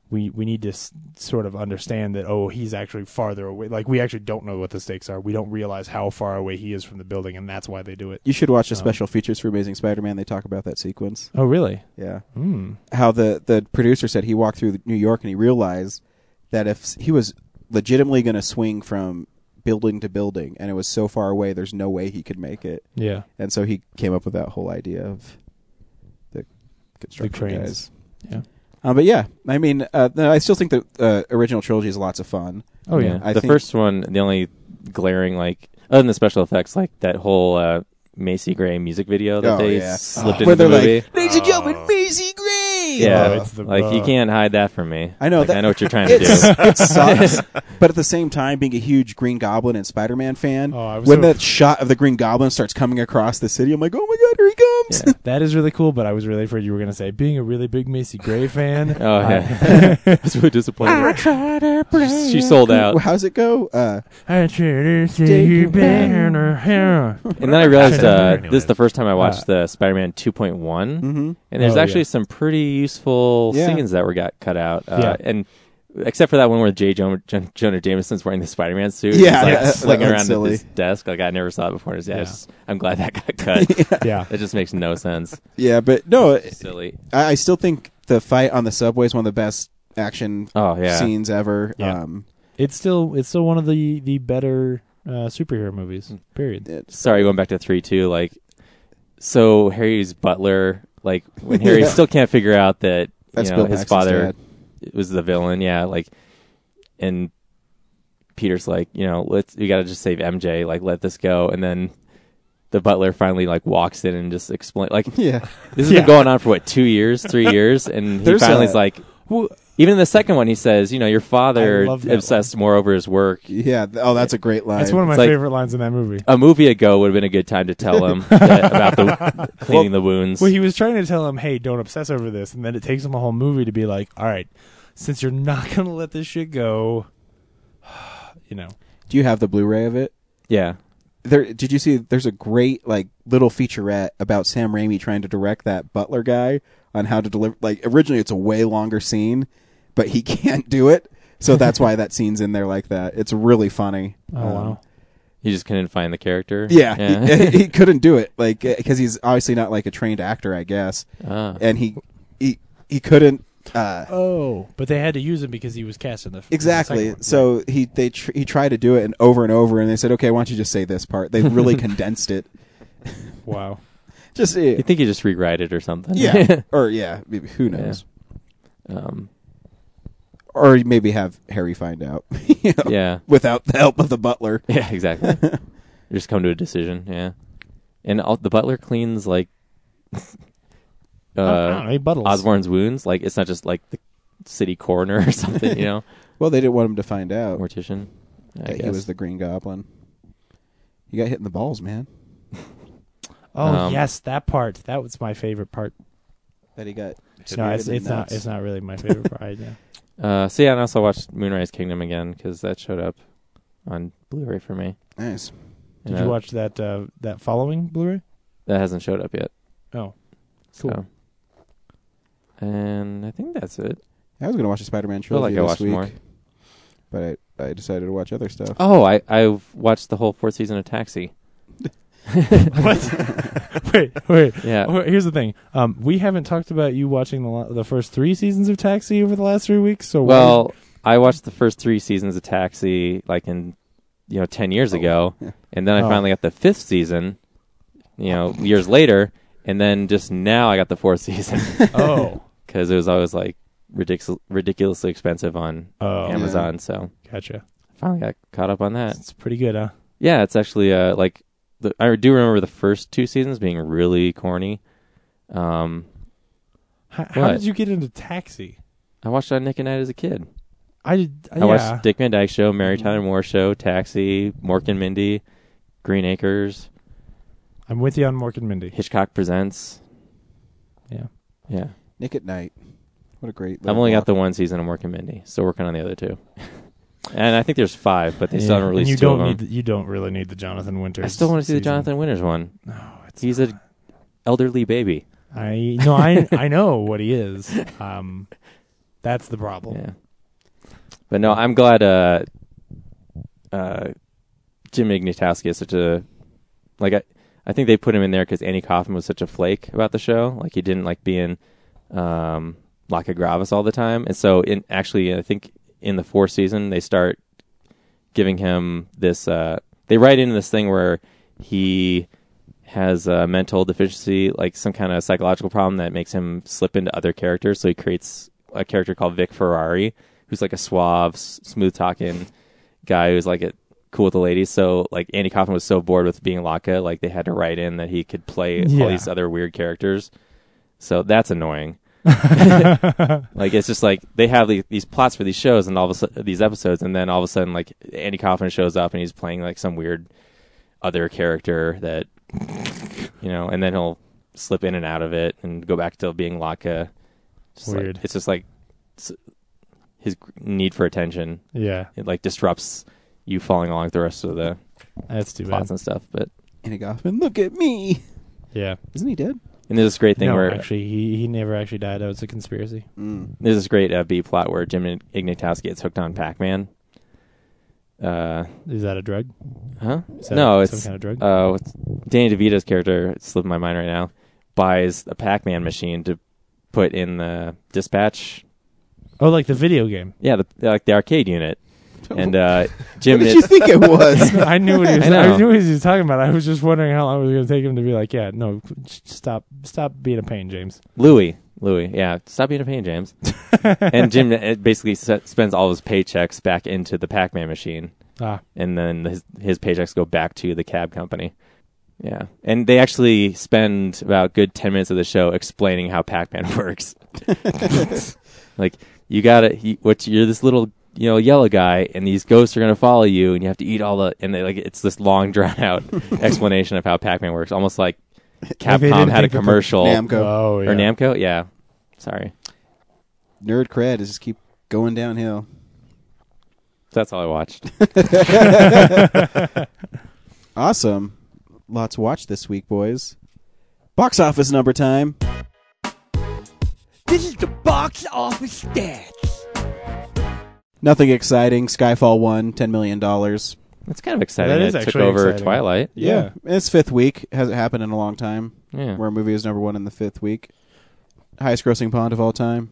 G: we we need to s- sort of understand that oh he's actually farther away. Like we actually don't know what the stakes are. We don't realize how far away he is from the building, and that's why they do it.
F: You should watch the
G: Um,
F: special features for Amazing Spider-Man. They talk about that sequence.
G: Oh really?
F: Yeah,
G: Hmm.
F: how the the producer said he walked through New York and he realized that if s- he was legitimately going to swing from building to building and it was so far away, there's no way he could make it.
J: Mm.
G: Yeah.
F: And so he came up with that whole idea of the construction
G: trains.
F: guys.
G: Yeah.
F: Um, but yeah, I mean, uh, no, I still think the uh, original trilogy is lots of fun.
G: Oh yeah.
F: I
J: the
F: think-
J: first one, the only glaring like other than the special effects, like that whole uh, Macy Gray music video that
F: Oh,
J: they
F: yeah.
J: slipped
F: Where
J: into the
F: they're
J: movie.
F: like, ladies and gentlemen,
H: Uh,
F: Maisie Gray.
J: yeah,
G: Oh, it's the-
J: like you
G: uh.
J: can't hide that from me.
F: I know
J: Like,
F: that-
J: I know what you're trying to do.
F: It's, it sucks, but at the same time, being a huge Green Goblin and Spider-Man fan,
G: Oh, I was
F: when
G: so-
F: that shot of the Green Goblin starts coming across the city, I'm like, oh my god, here he comes!
J: Yeah.
G: That is really cool, but I was really afraid you were going to say being a really big Macy Gray fan.
J: Oh yeah, it's so disappointing.
A: Try to play
J: she
A: it
J: sold out,
F: Well, how's it go? Uh,
G: I should see you better here.
J: and then I realized
H: Whatever.
J: uh,
H: Anyway.
J: this is the first time I watched
F: Uh,
J: the Spider-Man 2one
F: mhm.
J: and there's
G: Oh,
J: actually
G: yeah.
J: some pretty useful
F: Yeah.
J: scenes that were got cut out. Uh,
G: Yeah.
J: and except for that one where Jay Jonah, Jon- Jonah Jameson's wearing the Spider-Man suit, he's,
F: Yeah,
J: like
F: that- that
J: slinging
F: one's
J: around
F: silly.
J: at this desk. Like I never saw it before. It's- Yeah,
G: Yeah.
J: it's just- I'm glad that got cut.
G: Yeah.
J: It just makes no sense.
F: Yeah, but no,
J: It's silly.
F: I, I still think the fight on the subway is one of the best action
J: Oh yeah.
F: scenes ever.
G: Yeah.
F: Um,
G: It's still it's still one of the the better uh, superhero movies. Period.
F: it's
J: Sorry, going back to three two. Like, so Harry's butler. Like when Harry
F: Yeah.
J: still can't figure out that
F: That's
J: you know
F: Bill
J: his
F: Paxton's
J: father
F: dad.
J: was the villain. Yeah, like, and Peter's like, you know, let's we got to just save MJ. Like, let this go, and then. The butler finally like walks in and just explain like
F: yeah,
J: this has been going on for what two years, three years, and he
F: There's
J: finally
F: a-
J: is like, even in the second one, he says, you know, your father
G: I love that
J: obsessed more over his work
F: yeah. th- Oh, that's a great line.
G: That's one of my
J: It's like-
G: favorite lines in that movie.
J: a movie ago would have been a good time to tell him that- about the cleaning the wounds.
G: Well, he was trying to tell him, "Hey, don't obsess over this," and then it takes him a whole movie to be like, "All right, since you're not gonna let this shit go, you know."
F: Do you have the Blu-ray of it?
J: yeah,
F: There, did you see? There's a great like little featurette about Sam Raimi trying to direct that Butler guy on how to deliver. Like originally, it's a way longer scene, but he can't do it, so that's why that scene's in there like that. It's really funny.
G: Oh
F: Um,
G: wow.
J: he just couldn't find the character.
F: Yeah, He, he couldn't do it, like because he's obviously not like a trained actor, I guess,
J: Ah.
F: and he he he couldn't. Uh,
G: Oh, but they had to use him because he was cast in the
F: Exactly. so he they tr- he tried to do it and over and over, and they said, "Okay, why don't you just say this part?" They really condensed it.
G: wow.
F: Just uh,
J: you think he just rewrite it or something?
F: yeah, or yeah, maybe who knows,
J: um,
F: or maybe have Harry find out. you know,
J: yeah,
F: without the help of the butler.
J: yeah, exactly. just come to a decision. Yeah, and all, the butler cleans like uh,
G: I don't know, he buttles.
J: Osborne's wounds. Like it's not just like the city coroner or something. You know,
F: Well, they didn't want him to find out
J: mortician. I
F: that
J: guess.
F: he was the Green Goblin. You got hit in the balls, man.
G: Oh
J: Um,
G: yes, that part. That was my favorite part.
F: That he got.
G: No,
F: speared
G: it's,
F: in the
G: it's not.
F: nuts.
G: It's not really my favorite part. Yeah.
J: Uh, so yeah, and I also watched Moonrise Kingdom again because that showed up on Blu-ray for me.
F: Nice.
G: Did
J: Yeah.
G: you watch that uh, that following Blu-ray?
J: That hasn't showed up yet.
G: Oh, cool.
J: So. And I think that's it.
F: I was going to watch the Spider-Man
J: Feel
F: trilogy
J: like I
F: this
J: watched
F: week,
J: more.
F: but I, I decided to watch other stuff.
J: Oh, I I watched the whole fourth season of Taxi.
G: wait, wait.
J: Yeah.
G: Oh, Here's the thing. Um, we haven't talked about you watching the la- the first three seasons of Taxi over the last three weeks. So why-
J: Well, I watched the first three seasons of Taxi like in you know ten years ago,
F: yeah.
J: and then I
G: Oh.
J: finally got the fifth season, you know, years later, and then just now I got the fourth season
G: oh,
J: because it was always like ridiculous, ridiculously expensive on
G: oh,
J: Amazon. So
G: gotcha.
J: I finally got caught up on that.
G: It's pretty good, huh?
J: Yeah, it's actually uh, like the, I do remember the first two seasons being really corny. Um,
G: How, how
J: What?
G: did you get into Taxi?
J: I watched it on Nick and Night as a kid.
G: I did.
J: I
G: yeah. Mm-hmm.
J: watched Dick Van Dyke Show, Mary Tyler Moore Show, Taxi, Mork and Mindy, Green Acres,
G: I'm with you on Mork and Mindy.
J: Hitchcock Presents.
G: Yeah.
J: yeah.
F: Nick at Night. What a great.
J: I've only got the one season of Mork and Mindy, so working on the other two. and I think there's five, but they still
G: Yeah,
J: haven't
G: and
J: released
G: you
J: two
G: don't
J: of
G: need
J: them.
G: the- you don't really need the Jonathan Winters.
J: I still want to see the
G: season.
J: Jonathan Winters one.
G: No, it's
J: He's a elderly baby.
G: I no, I I know what he is. Um, that's the problem.
J: Yeah. But no, I'm glad uh uh Jim Ignatowski is such a like I I think they put him in there cuz Andy Kaufman was such a flake about the show. Like he didn't like being um Laka Gravis all the time. And so in actually I think in the fourth season they start giving him this uh they write in this thing where he has a mental deficiency, like some kind of psychological problem that makes him slip into other characters. So he creates a character called Vic Ferrari, who's like a suave, smooth talking guy who's like a, cool with the ladies. So like Andy Kaufman was so bored with being Laka, like they had to write in that he could play
G: Yeah.
J: all these other weird characters. So that's annoying. Like it's just like they have these, these plots for these shows and all of a sudden these episodes, and then all of a sudden like Andy Kaufman shows up and he's playing like some weird other character that you know, and then he'll slip in and out of it and go back to being Laka. Just like-
G: Weird.
J: it's just like s his g- need for attention.
G: yeah,
J: It like disrupts you following along with the rest of the
G: that's too
J: plots
G: bad.
J: and stuff. But
F: Andy Kaufman. Look at me.
G: Yeah,
F: Isn't he dead?
J: and there's this great thing
G: no,
J: where
G: actually, he he never actually died. That was a conspiracy.
F: Mm.
J: There's this great uh, B plot where Jim Ignatowski gets hooked on Pac-Man. Uh,
G: Is that a drug?
J: huh?
G: Is that
J: No,
G: some
J: it's
G: kind of drug.
J: uh, what's Danny DeVito's character. It slipped my mind right now. Buys a Pac-Man machine to put in the dispatch.
G: oh, like the video game.
J: Yeah, the, like the arcade unit. And uh,
F: what
J: Jim
F: did you
J: is
F: think it was?
G: I knew what he was.
J: I know.
G: I, knew what he was talking about. I was just wondering how long it was going to take him to be like, yeah, no, j- stop, stop being a pain, James.
J: Louie. Louie, yeah, stop being a pain, James. and Jim uh, basically se- spends all his paychecks back into the Pac-Man machine.
G: Ah,
J: and then his his paychecks go back to the cab company. Yeah, and they actually spend about good ten minutes of the show explaining how Pac-Man works. like you got to what you're this little you know yellow guy, and these ghosts are gonna follow you, and you have to eat all the and they, like it's this long drawn out explanation of how Pac-Man works, almost like
G: they
J: Capcom had a
G: didn't think that the-
J: commercial
F: Namco.
G: oh, yeah.
J: or Namco. Yeah, sorry,
F: Nerd cred is just keep going downhill.
J: that's all I watched.
F: Awesome. Lots watched this week, boys. Box office number time.
E: This is the box office stats.
F: Nothing exciting. Skyfall won $10 million.
J: That's kind of exciting.
G: That is
J: it took
G: actually
J: over
G: exciting.
J: Twilight.
G: Yeah.
F: It's fifth week. Hasn't happened in a long time.
J: Yeah,
F: Where a movie is number one in the fifth week. Highest grossing pond of all time.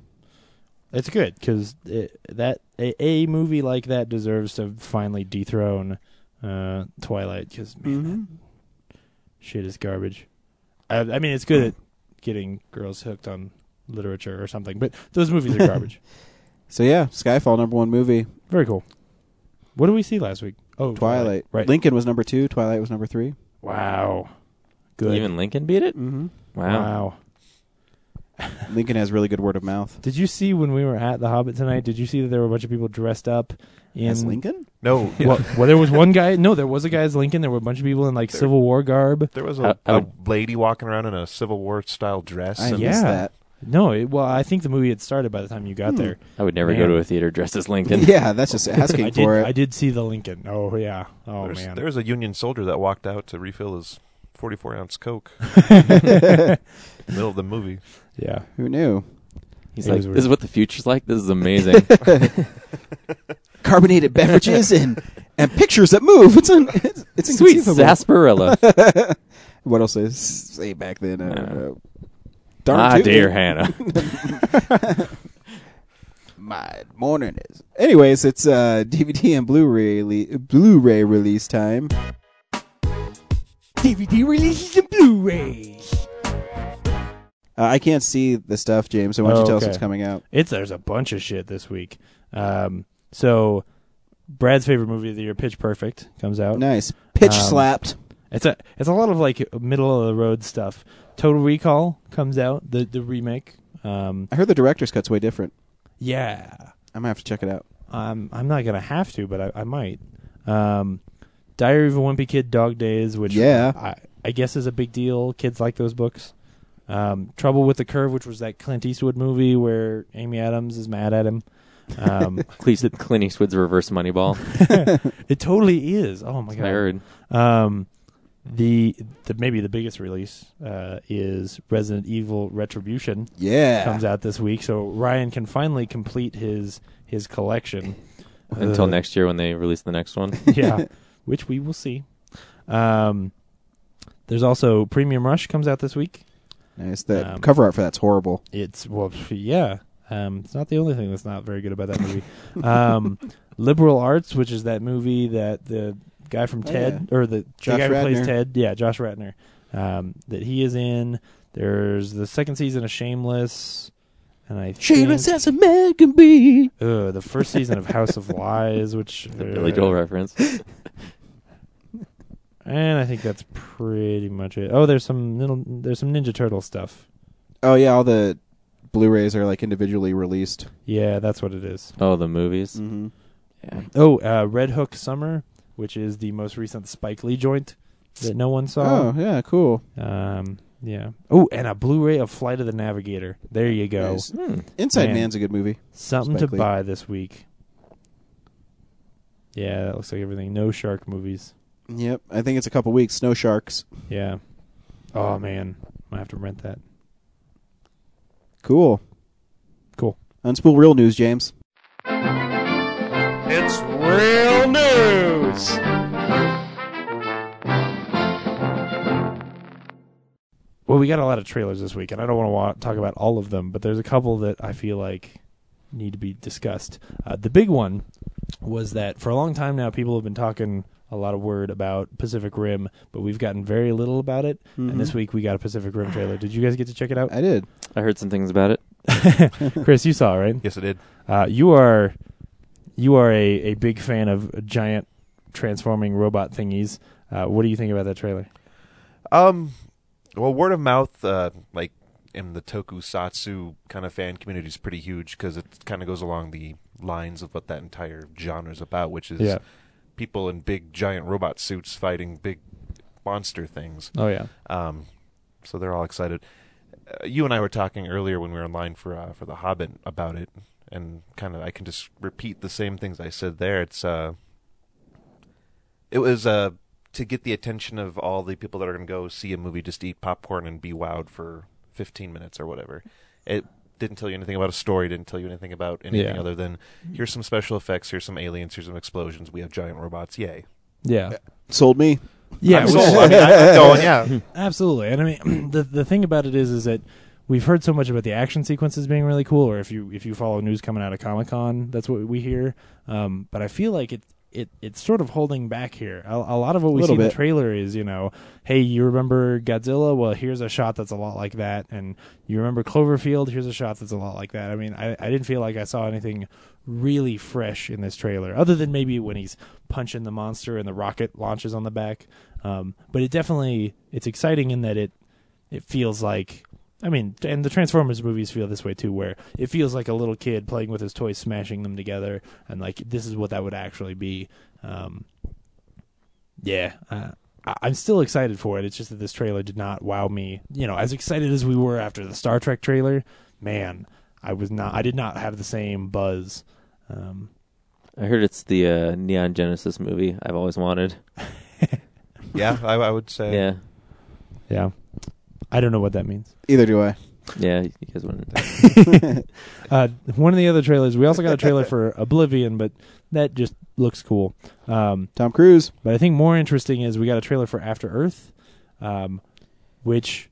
G: It's good because that a, a movie like that deserves to finally dethrone uh, Twilight because
F: Mm-hmm.
G: man, that shit is garbage. I, I mean, it's good at getting girls hooked on literature or something, but those movies are garbage.
F: So, yeah, Skyfall, number one movie.
G: Very cool. What did we see last week? Oh,
F: Twilight.
G: Right.
F: Lincoln was number two. Twilight was number three.
G: wow. Good.
J: even Lincoln beat it.
F: Mm-hmm.
J: Wow.
G: wow.
F: Lincoln has really good word of mouth.
G: Did you see when we were at the Hobbit tonight? Did you see that there were a bunch of people dressed up in
F: As Lincoln?
H: No,
G: Well, well, there was one guy. No, there was a guy as Lincoln. There were a bunch of people in like Civil War garb.
H: there was
J: I-
H: a,
J: I
H: a
J: would-
H: lady walking around in a Civil War style dress.
F: I
H: and
F: missed
G: Yeah.
F: that.
G: No, it, well, I think the movie had started by the time you got
F: Hmm.
G: there.
J: I would never
G: Man.
J: go to a theater dressed as Lincoln.
F: Yeah, that's just asking
G: I did,
F: for
G: I
F: it.
G: did see the Lincoln. Oh yeah. Oh
H: there's,
G: man.
H: there's a Union soldier that walked out to refill his 44 ounce Coke in the middle of the movie.
G: yeah.
F: Who knew?
J: He's
G: It
J: like,
G: was weird.
J: this is what the future's like. This is amazing.
F: Carbonated beverages and and pictures that move. It's un, it's, it's
J: Sweet
F: inconceivable.
J: sarsaparilla.
F: What else is say back then? I
J: Yeah.
F: don't know. Darn
J: ah,
F: tootin'.
J: dear Hannah.
F: My morning is. Anyways, it's uh, DVD and Blu-ray le- Blu-ray release time.
E: DVD releases and Blu-rays.
F: Uh, I can't see the stuff, James. So why don't you
G: Oh,
F: tell us
G: okay.
F: what's coming out?
G: It's there's a bunch of shit this week. Um, so Brad's favorite movie of the year, Pitch Perfect, comes out.
F: Nice. Pitch
G: Oh. Um,
F: slapped.
G: It's a it's a lot of like middle of the road stuff. Total Recall comes out the the remake. Um,
F: I heard the director's cut's way different.
G: yeah,
F: I'm gonna have to check it out.
G: um, I'm not gonna have to, but I, I might. Um, Diary of a Wimpy Kid, Dog Days, which
F: Yeah.
G: I, I guess is a big deal. Kids like those books. Um, Trouble with the Curve, which was that Clint Eastwood movie where Amy Adams is mad at him. Um,
J: Clint Clint Eastwood's reverse Moneyball.
G: it totally is. Oh my
J: I
G: god!
J: heard.
G: Um, the, the maybe the biggest release uh, is Resident Evil Retribution
F: Yeah.
G: comes out this week, so Ryan can finally complete his his collection
J: Until
G: Uh,
J: next year when they release the next one.
G: yeah, which we will see. Um, there's also Premium Rush comes out this week.
F: Nice. The
G: Um,
F: cover art for that's horrible.
G: It's well, pff, yeah. Um, it's not the only thing that's not very good about that movie. um, Liberal Arts, which is that movie that the guy from
F: Oh,
G: Ted or the, the
F: Josh
G: guy who
F: Radnor.
G: plays Ted, yeah, Josh Ratner, um, that he is in. There's the second season of Shameless, and I
F: Shameless
G: think,
F: as a man can be.
G: Ugh, the first season of House of Lies, which
J: The Billy Joel reference.
G: And I think that's pretty much it. Oh, there's some little, there's some Ninja Turtle stuff.
F: Oh yeah, all the Blu-rays are like individually released.
G: Yeah, that's what it is.
J: Oh, the movies.
F: Mm-hmm.
J: Yeah.
G: Oh, uh, Red Hook Summer, which is the most recent Spike Lee joint that no one saw.
F: Oh yeah, cool.
G: Um, yeah. Oh, and a Blu-ray of Flight of the Navigator. There you go.
F: Nice.
J: Hmm.
F: Inside
G: Man.
F: Man's a good movie.
G: Something
F: Spike
G: to
F: Lee.
G: buy this week. Yeah, that looks like everything. No shark movies.
F: Yep, I think it's a couple weeks. Snow Sharks.
G: Yeah. Oh man, I have to rent that.
F: Cool.
G: Cool.
F: Unspool real news, James.
D: It's real news.
G: Well, we got a lot of trailers this week, and I don't want to wa- talk about all of them, but there's a couple that I feel like need to be discussed. Uh, the big one was that for a long time now, people have been talking a lot of word about Pacific Rim, but we've gotten very little about it.
F: Mhm.
G: And
D: Mm-hmm.
G: this week we got a Pacific Rim trailer. Did you guys get to check it out?
F: I did.
J: I heard some things about it.
G: Chris, you saw it, right?
H: Yes, it did.
G: Uh, you are you are a, a big fan of giant transforming robot thingies. Uh, what do you think about that trailer?
H: Um, well, word of mouth, uh, like in the tokusatsu kind of fan community, is pretty huge because it kind of goes along the lines of what that entire genre is about, which is
G: Yeah.
H: people in big giant robot suits fighting big monster things.
G: Oh yeah.
H: Um, so they're all excited. Uh, you and I were talking earlier when we were in line for uh, for the Hobbit about it, and kind of I can just repeat the same things I said there. It's uh, it was uh to get the attention of all the people that are going to go see a movie, just eat popcorn and be wowed for fifteen minutes or whatever. It didn't tell you anything about a story. Didn't tell you anything about anything
G: Yeah.
H: other than here's some special effects, here's some aliens, here's some explosions. We have giant robots. Yay!
G: Yeah.
F: Sold me.
G: Yeah.
H: I'm
G: it was-
H: sold. I mean, I- I'm going. Yeah.
G: Absolutely, and I mean the the thing about it is is that we've heard so much about the action sequences being really cool, or if you if you follow news coming out of Comic Con, that's what we hear. Um, but I feel like it. It, it's sort of holding back here. A, a lot of what we see
F: Little
G: in the
F: bit.
G: trailer is, you know, hey, you remember Godzilla? Well, here's a shot that's a lot like that. And you remember Cloverfield? Here's a shot that's a lot like that. I mean, I, I didn't feel like I saw anything really fresh in this trailer, other than maybe when he's punching the monster and the rocket launches on the back. Um, but it definitely it's exciting in that it it feels like I mean, and the Transformers movies feel this way too, where it feels like a little kid playing with his toys, smashing them together, and like this is what that would actually be. Um, yeah, uh, I- I'm still excited for it. It's just that this trailer did not wow me. You know, as excited as we were after the Star Trek trailer, man, I was not. I did not have the same buzz. Um,
J: I heard it's the uh, Neon Genesis movie I've always wanted.
H: Yeah, I, I would say.
J: Yeah,
G: yeah, I don't know what that means.
F: Either do I.
J: yeah, you guys wouldn't.
G: Uh, one of the other trailers, we also got a trailer for Oblivion, but that just looks cool. Um,
F: Tom Cruise.
G: But I think more interesting is we got a trailer for After Earth, um, which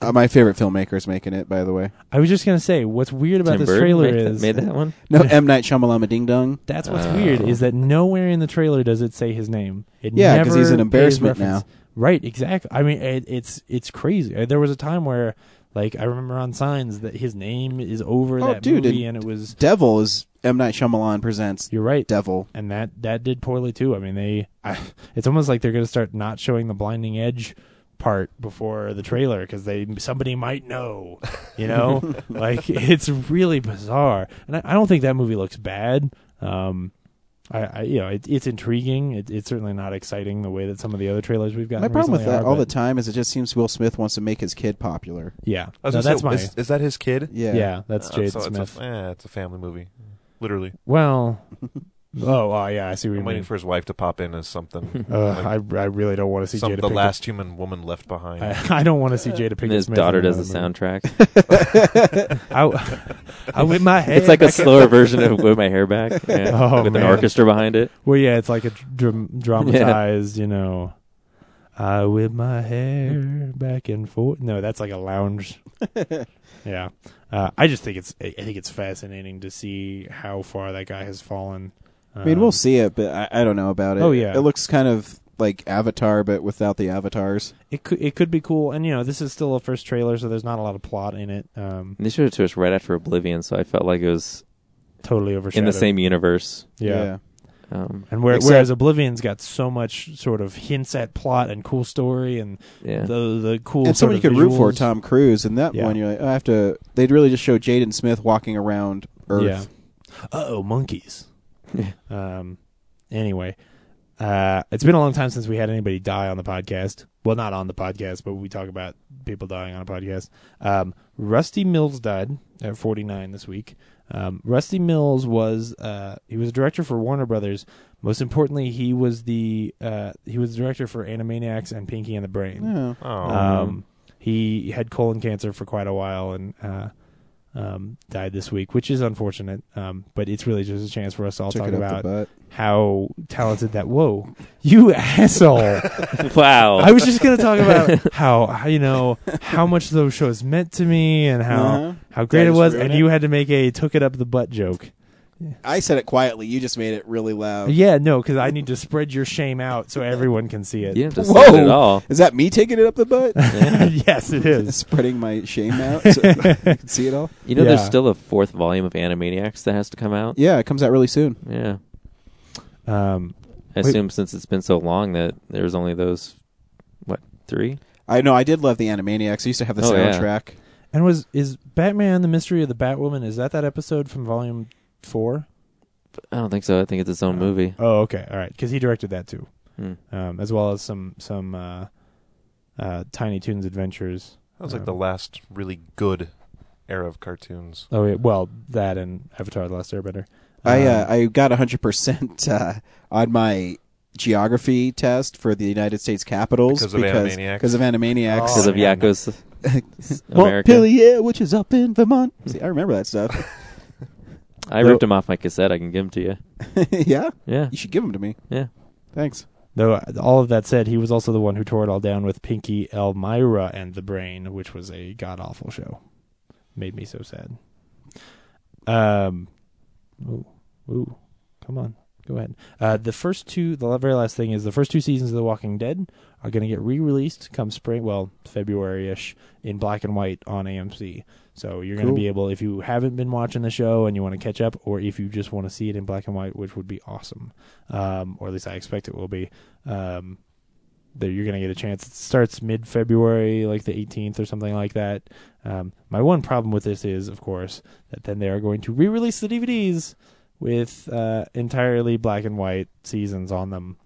F: Uh, my favorite filmmaker is making it, by the way.
G: I was just gonna say. What's weird about
J: Tim
G: this
J: Burton
G: trailer
J: made that-
G: is
J: made that one.
F: No, M. Night Shyamalama Ding Dong.
G: that's what's
J: Oh.
G: weird is that nowhere in the trailer does it say his name. It
F: Yeah, 'cause
G: never
F: he's an
G: is
F: embarrassment
G: referenced.
F: now.
G: Right, exactly. I mean, it, it's it's crazy. Uh, There was a time where, like, I remember on signs that his name is over
F: Oh,
G: that
F: dude,
G: movie,
F: it-
G: and it was.
F: Devil is M. Night Shyamalan presents
G: You're right.
F: Devil.
G: and that that did poorly too. I mean, they I, it's almost like they're going to start not showing the blinding edge part before the trailer because they somebody might know, you know, like it's really bizarre. And I, I don't think that movie looks bad. Um, I, I you know it, it's intriguing. It, it's certainly not exciting the way that some of the other trailers we've gotten.
F: My problem with
G: recently
F: that
G: are,
F: all the
G: but
F: time is it just seems Will Smith wants to make his kid popular.
G: Yeah,
H: I was
G: No,
H: gonna say,
G: that's my
H: Is, is that his kid?
F: Yeah.
G: yeah. That's
H: Uh,
G: Jade
H: so
G: Smith.
H: It's a, eh, it's a family movie, literally.
G: well, oh, oh yeah, I see what you
H: I'm waiting
G: mean.
H: for his wife to pop in as something.
G: Uh, I I really don't want to see
H: some
G: Jada
H: the
G: Pinkett-
H: last human woman left behind.
G: I, I don't want to see Jada Pinkett
J: And his
G: Smith
J: daughter
G: in
J: does
G: another
J: the
G: movie.
J: soundtrack.
G: I, I whip my head.
J: It's like a
G: back and-
J: slower version of "With My Hair Back" yeah,
G: Oh,
J: with
G: man.
J: an orchestra behind it.
G: Well, yeah, it's like a dram- dramatized, you know. I whip my hair back and forth. No, that's like a lounge. yeah, uh, I just think it's I I think it's fascinating to see how far that guy has fallen.
F: I mean,
G: Um,
F: we'll see it, but I, I don't know about it.
G: Oh, yeah.
F: It looks kind of like Avatar, but without the avatars.
G: It could it could be cool, and you know, this is still a first trailer, so there's not a lot of plot in it. Um,
J: And they showed it to us right after Oblivion, so I felt like it was
G: totally overshadowed
J: in the same universe.
G: yeah.
J: Um,
G: And where,
F: Except-
G: whereas Oblivion's got so much sort of hints at plot and cool story and
J: yeah,
G: the the cool
F: And
G: sort
F: someone you
G: of
F: could root for,
G: visuals.
F: Tom Cruise, and that
G: Yeah.
F: one you're like, oh, I have to. They'd really just show Jaden Smith walking around Earth.
G: Yeah. Uh oh, monkeys. um. Anyway, uh, it's been a long time since we had anybody die on the podcast. Well, not on the podcast, but we talk about people dying on a podcast. Um, Rusty Mills died at 49 this week. Um, Rusty Mills was uh, he was a director for Warner Brothers. Most importantly, he was the uh, he was the director for Animaniacs and Pinky and the Brain.
F: Oh.
H: oh,
G: Um, he had colon cancer for quite a while and uh, um, died this week, which is unfortunate. Um, but it's really just a chance for us to all
F: Took
G: talk
F: it up the
G: about
F: butt.
G: how talented that. Whoa, you asshole!
J: wow.
G: I was just gonna talk about how, how you know how much those shows meant to me and how
F: Uh-huh.
G: how great
F: I
G: it
F: just
G: was,
F: ruin
G: and
F: it?
G: you had to make a took it up the butt joke.
F: I said it quietly. You just made it really loud.
G: Yeah, no, because I need to spread your shame out so everyone can see it.
J: you didn't have to
F: Whoa!
J: say it at all.
F: Is that me taking it up the butt?
G: yes, it is.
F: Spreading my shame out so you can see it all?
J: You know, there's
G: Yeah.
J: still a fourth volume of Animaniacs that has to come out.
F: Yeah, it comes out really soon.
J: Yeah,
G: Um,
J: I
G: Wait.
J: assume since it's been so long that there was only those what three?
F: I know. I did love the Animaniacs. I used to have the
J: Oh, yeah.
F: soundtrack.
G: And was is Batman the Mystery of the Batwoman? Is that that episode from Volume Four?
J: I don't think so. I think it's its own movie.
G: Oh, okay, all right, because he directed that too,
J: Hmm.
G: um, as well as some some uh, uh, Tiny Toons Adventures.
H: that was like the last really good era of cartoons.
G: Oh, yeah, well, that and Avatar: The Last Airbender.
F: I
G: Um,
F: uh, I got 100% uh, on my geography test for the United States capitals
H: Because of Animaniacs?
F: Because of Animaniacs.
H: Oh,
J: Because of
H: man.
J: Yakos s- America.
F: Montpelier, which is up in Vermont. See, I remember that stuff.
J: I ripped them off my cassette. I can give them to you.
F: yeah,
J: Yeah,
F: you should give them to me.
J: yeah.
F: Thanks.
G: Though uh, all of that said, he was also the one who tore it all down with Pinky, Elmira, and The Brain, which was a god awful show. Made me so sad. Um, ooh, ooh, come on, go ahead. Uh, the first two, the very last thing is the first two seasons of The Walking Dead are going to get re-released come spring, well February ish, in black and white on AMC. So you're going to
F: Cool.
G: be able, if you haven't been watching the show and you want to catch up, or if you just want to see it in black and white, which would be awesome, um, or at least I expect it will be. Um, that you're going to get a chance. It starts mid February, like the 18th or something like that. Um, my one problem with this is, of course, that then they are going to re release the DVDs with uh, entirely black and white seasons on them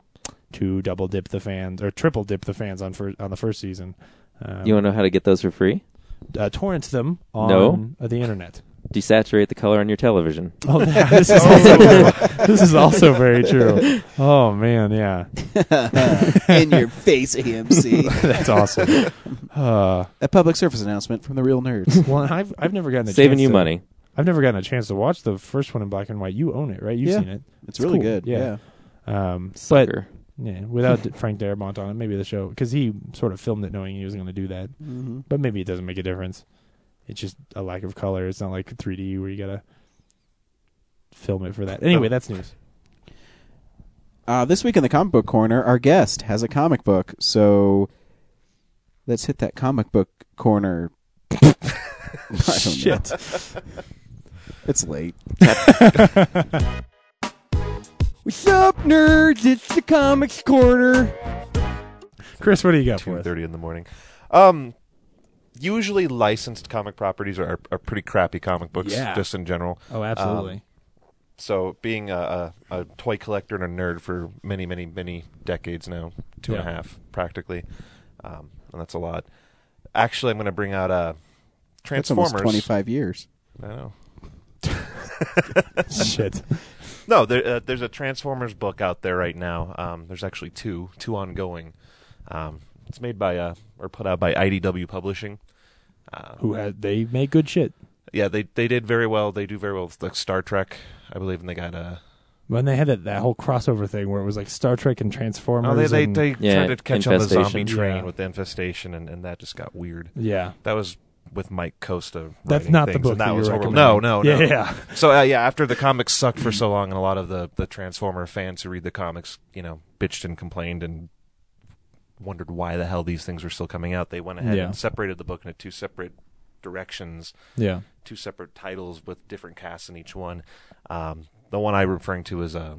G: to double dip the fans or triple dip the fans on fir- on the first season. Um,
J: You want to know how to get those for free?
G: uh, torrent them on
J: No.
G: uh, the internet.
J: Desaturate the color on your television.
G: Oh, yeah, this is
J: Oh.
G: also, this is also very true. Oh man, yeah,
F: In your face, AMC.
G: that's awesome. Uh,
F: a public service announcement from the real nerds.
G: well, and I've I've never gotten a
J: Saving
G: chance
J: you
G: to-
J: money.
G: I've never gotten a chance to watch the first one in black and white. You own it, right? You've
F: Yeah.
G: seen it.
F: It's really
G: cool.
F: good.
G: Yeah.
F: Yeah.
G: Um, but
J: Sucker.
G: yeah, without D- Frank Darabont on it, maybe the show because he sort of filmed it knowing he was going to do that.
J: Mm-hmm.
F: Mhm.
G: But maybe it doesn't make a difference. It's just a lack of color. It's not like 3D where you gotta film it for that. Anyway, that's news.
F: Uh, this week in the comic book corner, our guest has a comic book, so let's hit that comic book corner. I don't know.
G: Shit.
F: It's late.
E: What's up, nerds? It's the Comics Corner.
G: Chris, what do you got
H: two
G: for us?
H: thirty in the morning. Um, usually licensed comic properties are, are, are pretty crappy comic books,
G: Yeah.
H: just in general. Um,
G: Oh, absolutely.
H: So, being a, a, a toy collector and a nerd for many, many, many decades now, two and a half
G: Yeah.
H: practically, um, and that's a lot. Actually, I'm going to bring out uh,
F: That's almost
H: Transformers.
F: 25 years.
H: I know.
G: Shit.
H: No, there, uh, there's a Transformers book out there right now. Um, there's actually two, two ongoing. Um, it's made by uh, or put out by IDW Publishing. Uh,
G: Who had they make good shit
H: yeah, they they did very well. They do very well with like Star Trek, I believe, and they got a.
G: when they had that, that whole crossover thing where it was like Star Trek and Transformers.
H: Oh, they they,
G: and-
H: they
J: Yeah,
H: tried to catch on the zombie
J: Infestation.
H: train
G: Yeah.
H: with the infestation, and, and that just got weird.
G: yeah.
H: That was with Mike Costa.
G: That's
H: writing
G: not the
H: things,
G: book
H: and that,
G: that
H: was
G: you're
H: horrible. No,
G: recommending.
H: Oh, no,
G: Yeah,
H: no.
G: yeah.
H: So uh, yeah, after the comics sucked for so long, and a lot of the the Transformer fans who read the comics, you know, bitched and complained and wondered why the hell these things were still coming out. They went ahead
G: Yeah.
H: and separated the book into two separate directions
G: Yeah.
H: two separate titles with different casts in each one. Um, the one I'm referring to is uh,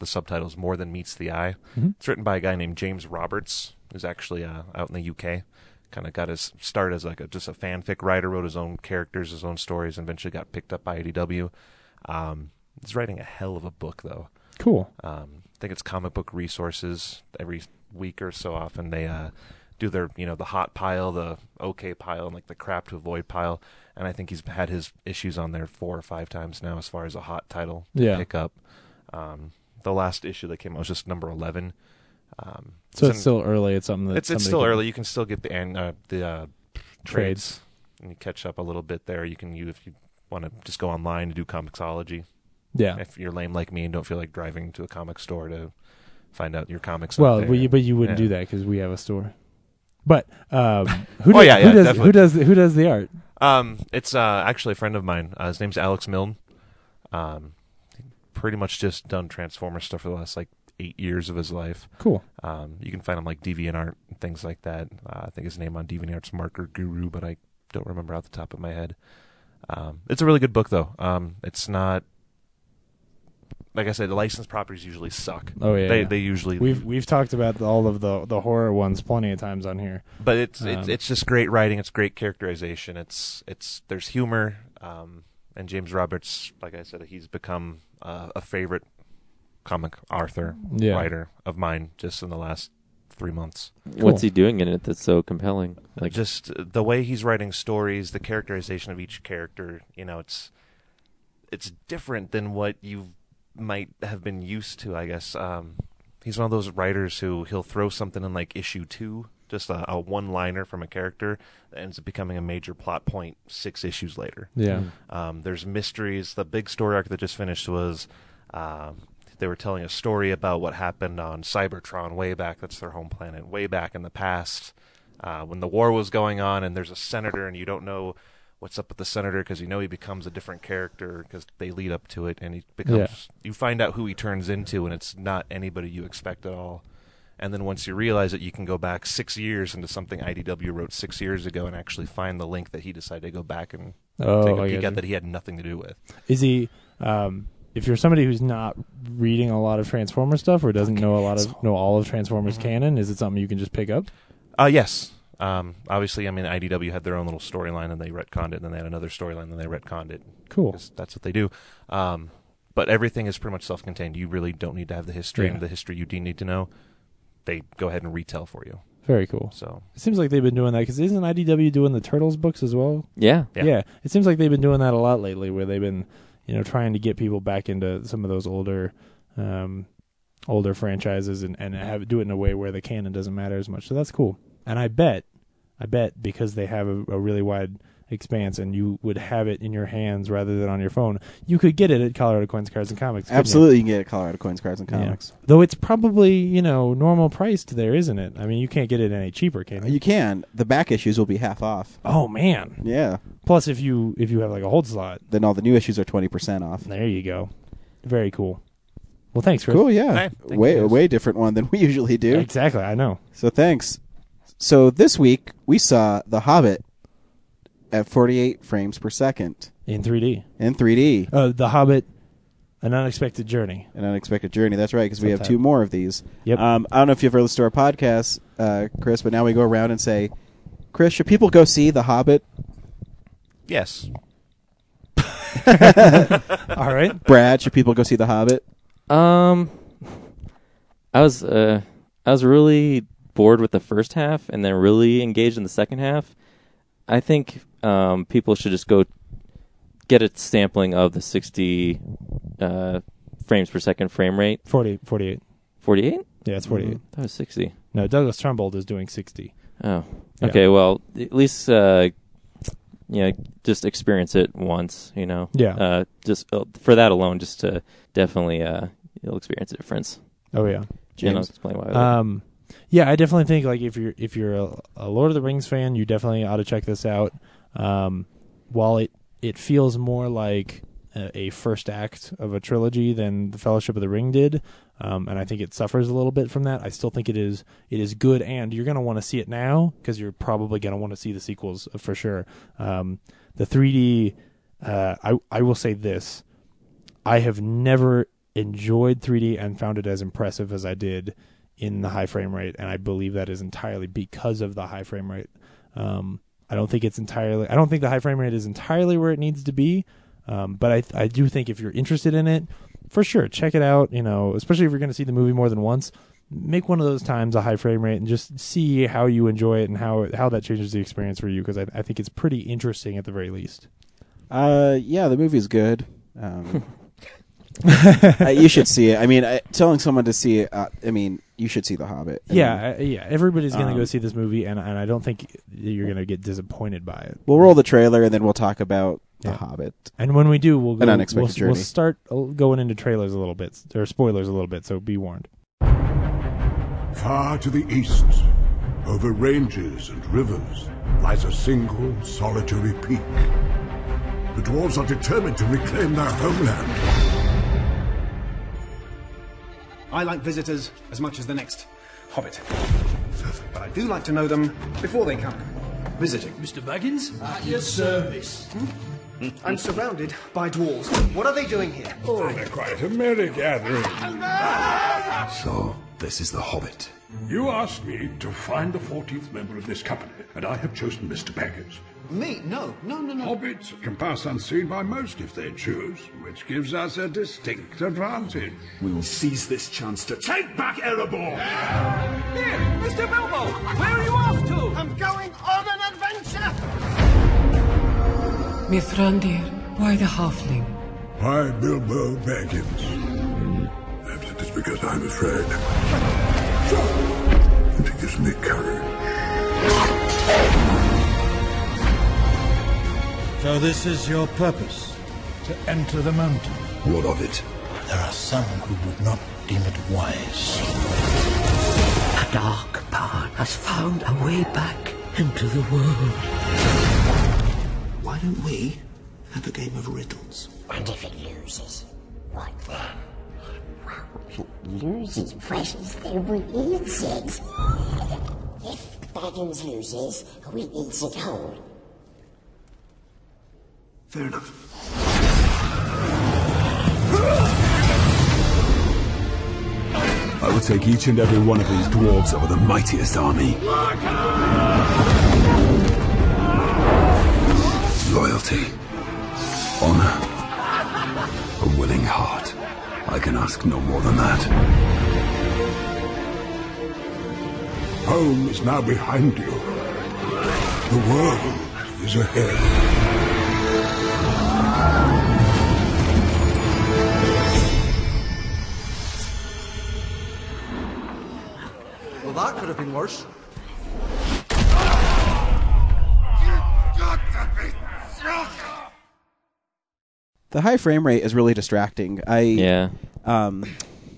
H: the subtitles "More Than Meets the Eye."
G: Mhm.
H: It's written by a guy named James Roberts, who's actually uh, out in the UK. Kind of got his start as like a, just a fanfic writer, wrote his own characters, his own stories, and eventually got picked up by IDW. Um, he's writing a hell of a book though.
G: Cool.
H: Um, I think it's comic book resources every week or so often they uh, do their you know the hot pile, the okay pile, and like the crap to avoid pile. And I think he's had his issues on there four or five times now as far as a hot title to
G: Yeah.
H: pick up. Um, the last issue that came out was just number eleven. Um,
G: So
H: in-
G: it's still early. It's something that
H: it's it's
G: somebody
H: still
G: can-
H: early. You can still get the an- uh, the uh, trades, and you catch up a little bit there. You can you if you want to just go online and do comicsology
G: Yeah.
H: if you're lame like me and don't feel like driving to a comic store to find out your comics. aren't
G: Well,
H: there.
G: but you, but you wouldn't
H: Yeah.
G: do that because we have a store. But um, who,
H: Oh,
G: does,
H: yeah, yeah,
G: who, does,
H: definitely.
G: who does who does the art?
H: Um, it's uh, actually a friend of mine. Uh, his name's Alex Milne. Um, pretty much just done Transformer stuff for the last like eight years of his life.
G: Cool.
H: Um, you can find him like DeviantArt and things like that. Uh, I think his name on DeviantArt's Marker Guru, but I don't remember off the top of my head. Um, it's a really good book though. Um, it's not like I said, the licensed properties usually suck.
G: Oh yeah.
H: They
G: yeah.
H: they usually
G: we've we've talked about the- all of the the horror ones plenty of times on here.
H: but it's it's
G: Um,
H: it's just great writing. It's great characterization. It's it's there's humor, um, and James Roberts, like I said, he's become uh, a favorite comic author
G: Yeah.
H: writer of mine just in the last three months.
J: What's he doing in it that's so compelling?
H: Like
J: Like
H: just the way he's writing stories, the characterization of each character. You know, it's it's different than what you might have been used to. I guess um, he's one of those writers who he'll throw something in like issue two, just a, a one-liner from a character that ends up becoming a major plot point six issues later.
G: Yeah.
H: Um, there's mysteries. The big story arc that just finished was um, they were telling a story about what happened on Cybertron way back. That's their home planet, way back in the past uh, when the war was going on. And there's a senator, and you don't know what's up with the senator because you know he becomes a different character because they lead up to it, and he becomes. You find out who he turns into, and it's not anybody you expect at all. And then once you realize it, you can go back six years into something IDW wrote six years ago and actually find the link that he decided to go back and
G: Oh,
H: take a
G: I
H: peek
G: got
H: at that he had nothing to do with.
G: Is he um if you're somebody who's not reading a lot of Transformers stuff or doesn't know a lot of know all of Transformers canon, is it something you can just pick up?
H: Uh, yes. Um, obviously, I mean, IDW had their own little storyline and they retconned it, and then they had another storyline and they retconned it.
G: Cool.
H: 'Cause That's what they do. Um, but everything is pretty much self contained. You really don't need to have the history,
G: Yeah.
H: and the history you do need to know, they go ahead and retell for you.
G: Very cool.
H: So,
G: It seems like they've been doing that because isn't IDW doing the Turtles books as well?
J: Yeah.
H: Yeah.
G: It seems like they've been doing that a lot lately, where they've been, you know, trying to get people back into some of those older, um, older franchises and and have do it in a way where the canon doesn't matter as much. So that's cool. And I bet, I bet because they have a, a really wide expanse and you would have it in your hands rather than on your phone, you could get it at Colorado Coins, Cards, and Comics. couldn't you?
F: Absolutely, you can get Colorado Coins, Cards, and
G: Yeah.
F: Comics.
G: Though it's probably you know normal priced there, isn't it? I mean, you can't get it any cheaper, can you?
F: You can. The back issues will be half off.
G: Oh man!
F: Yeah.
G: Plus, if you if you have like a hold slot,
F: Then all the new issues are 20% off.
G: there you go. Very cool. Well, thanks, Chris.
F: Cool, yeah.
H: Hey, thank
F: way
H: you,
F: a
H: guys.
F: way different one than we usually do.
G: Exactly. I know.
F: So thanks. So this week we saw The Hobbit at 48 frames per second
G: In 3D,
F: in 3D.
G: uh, The Hobbit: An Unexpected Journey.
F: An unexpected journey. That's right, because we have
G: Sometime.
F: two more of these.
G: Yep.
F: Um, I don't know if you've ever listened to our podcast, uh, Chris, but now we go around and say, Chris, should people go see The Hobbit?
H: yes.
G: All right.
F: Brad, should people go see The Hobbit?
J: Um, I was uh, I was really bored with the first half, and then really engaged in the second half. I think um, people should just go get a sampling of the sixty uh, frames per second frame rate.
G: 48, 48.
J: Forty-eight?
G: Yeah, it's 48.
J: Mm-hmm. That was sixty.
G: No, Douglas Trumbold is doing 60.
J: Oh,
G: Yeah.
J: okay. Well, at least uh, you know, just experience it once. You know,
G: Yeah.
J: Uh, just uh, for that alone, just to definitely uh, you'll experience a difference.
G: Oh yeah.
J: And I'll
F: James.
J: explain why. later.
G: Um, yeah, I definitely think like if you're if you're a, a Lord of the Rings fan, you definitely ought to check this out. Um, while it it feels more like a, a first act of a trilogy than the Fellowship of the Ring did, um, and I think it suffers a little bit from that. I still think it is it is good, and you're gonna want to see it now because you're probably gonna want to see the sequels uh, for sure. Um, the 3D, uh, I I will say this. I have never enjoyed 3D and found it as impressive as I did in the high frame rate, and I believe that is entirely because of the high frame rate. Um, I don't think it's entirely. I don't think the high frame rate is entirely where it needs to be, um, but I I do think if you're interested in it, for sure check it out. You know, Oh, especially if you're going to see the movie more than once, make one of those times a high frame rate and just see how you enjoy it and how how that changes the experience for you because I, I think it's pretty interesting at the very least.
F: Uh, yeah, the movie's good. Um, uh, you should see it. I mean, I, telling someone to see it, uh, I mean, you should see The Hobbit. I mean,
G: Yeah, I- yeah. Everybody's gonna go
F: Um,
G: see this movie, and and I don't think you're gonna get disappointed by it.
F: we'll roll the trailer and then we'll talk about
G: Yeah.
F: The Hobbit.
G: And when we do, we'll go,
F: An unexpected
G: we'll, we'll
F: journey.
G: start uh, going into trailers a little bit or spoilers a little bit, so be warned.
K: Far to the east, over ranges and rivers, lies a single solitary peak. The dwarves are determined to reclaim their homeland.
L: I like visitors as much as the next hobbit. But I do like to know them before they come. Visiting. Mr. Baggins? At your service. I'm surrounded by dwarves. What are they doing here?
K: Oh, they're quite a merry gathering.
L: So, this is the hobbit.
K: You asked me to find the 14th member of this company, and I have chosen Mr. Baggins.
L: Me? No, no, no, no.
K: Hobbits can pass unseen by most if they choose, which gives us a distinct advantage.
L: We will seize this chance to.
K: Take back Erebor!
L: Here, Mr. Bilbo! Where are you off to? I'm going on an adventure!
M: Mithrandir, why the halfling?
K: Why Bilbo Baggins? Perhaps it is because I'm afraid. And it gives me courage.
L: So, this is your purpose to enter the mountain.
K: What of it?
L: There are some who would not deem it wise.
M: A dark power has found a way back into the world.
L: Why don't we have a game of riddles?
M: And if it loses, what then?
L: Well, it loses precious then we eats it. if Baggins loses, we eats it whole. Fair enough.
G: I will take each and every one of these dwarves over the mightiest army. Loyalty, honor, a willing heart. I can ask no more than that.
N: Home is now behind you.
G: The world is ahead.
D: Well, that could have been worse.
F: The high frame rate is really distracting. I
J: Yeah.
F: Um,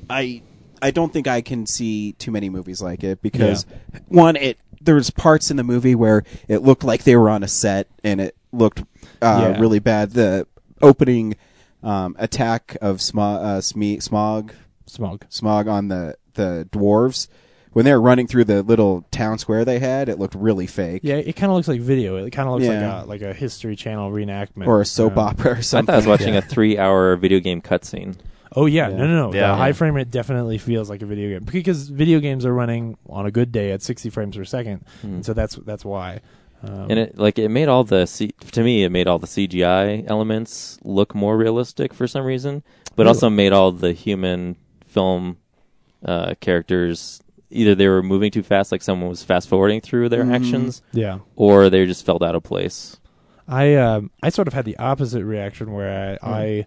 F: I I don't think I can see too many movies like it because one, it there's parts in the movie where it looked like they were on a set and it looked uh,
J: Yeah.
F: really bad. The opening um, attack of Smo- uh, Sme- Smog
E: Smog
F: Smog on the the dwarves when they were running through the little town square they had, it looked really fake.
E: Yeah, it kind of looks like video. It kind of looks
F: Yeah.
E: like a like a History Channel reenactment
F: Or a soap
E: Um,
F: opera or
J: I thought I was watching a three-hour video game cutscene.
E: Oh yeah, no, no, no.
J: Yeah.
E: The high frame rate definitely feels like a video game because video games are running on a good day at 60 frames per second, and so that's that's why. Um,
J: and it like it made all the C- to me it made all the CGI elements look more realistic for some reason, but also made all the human film uh, characters either they were moving too fast, like someone was fast forwarding through their
E: Mhm.
J: actions,
E: Yeah.
J: or they just felt out of place.
E: I um, I sort of had the opposite reaction where I,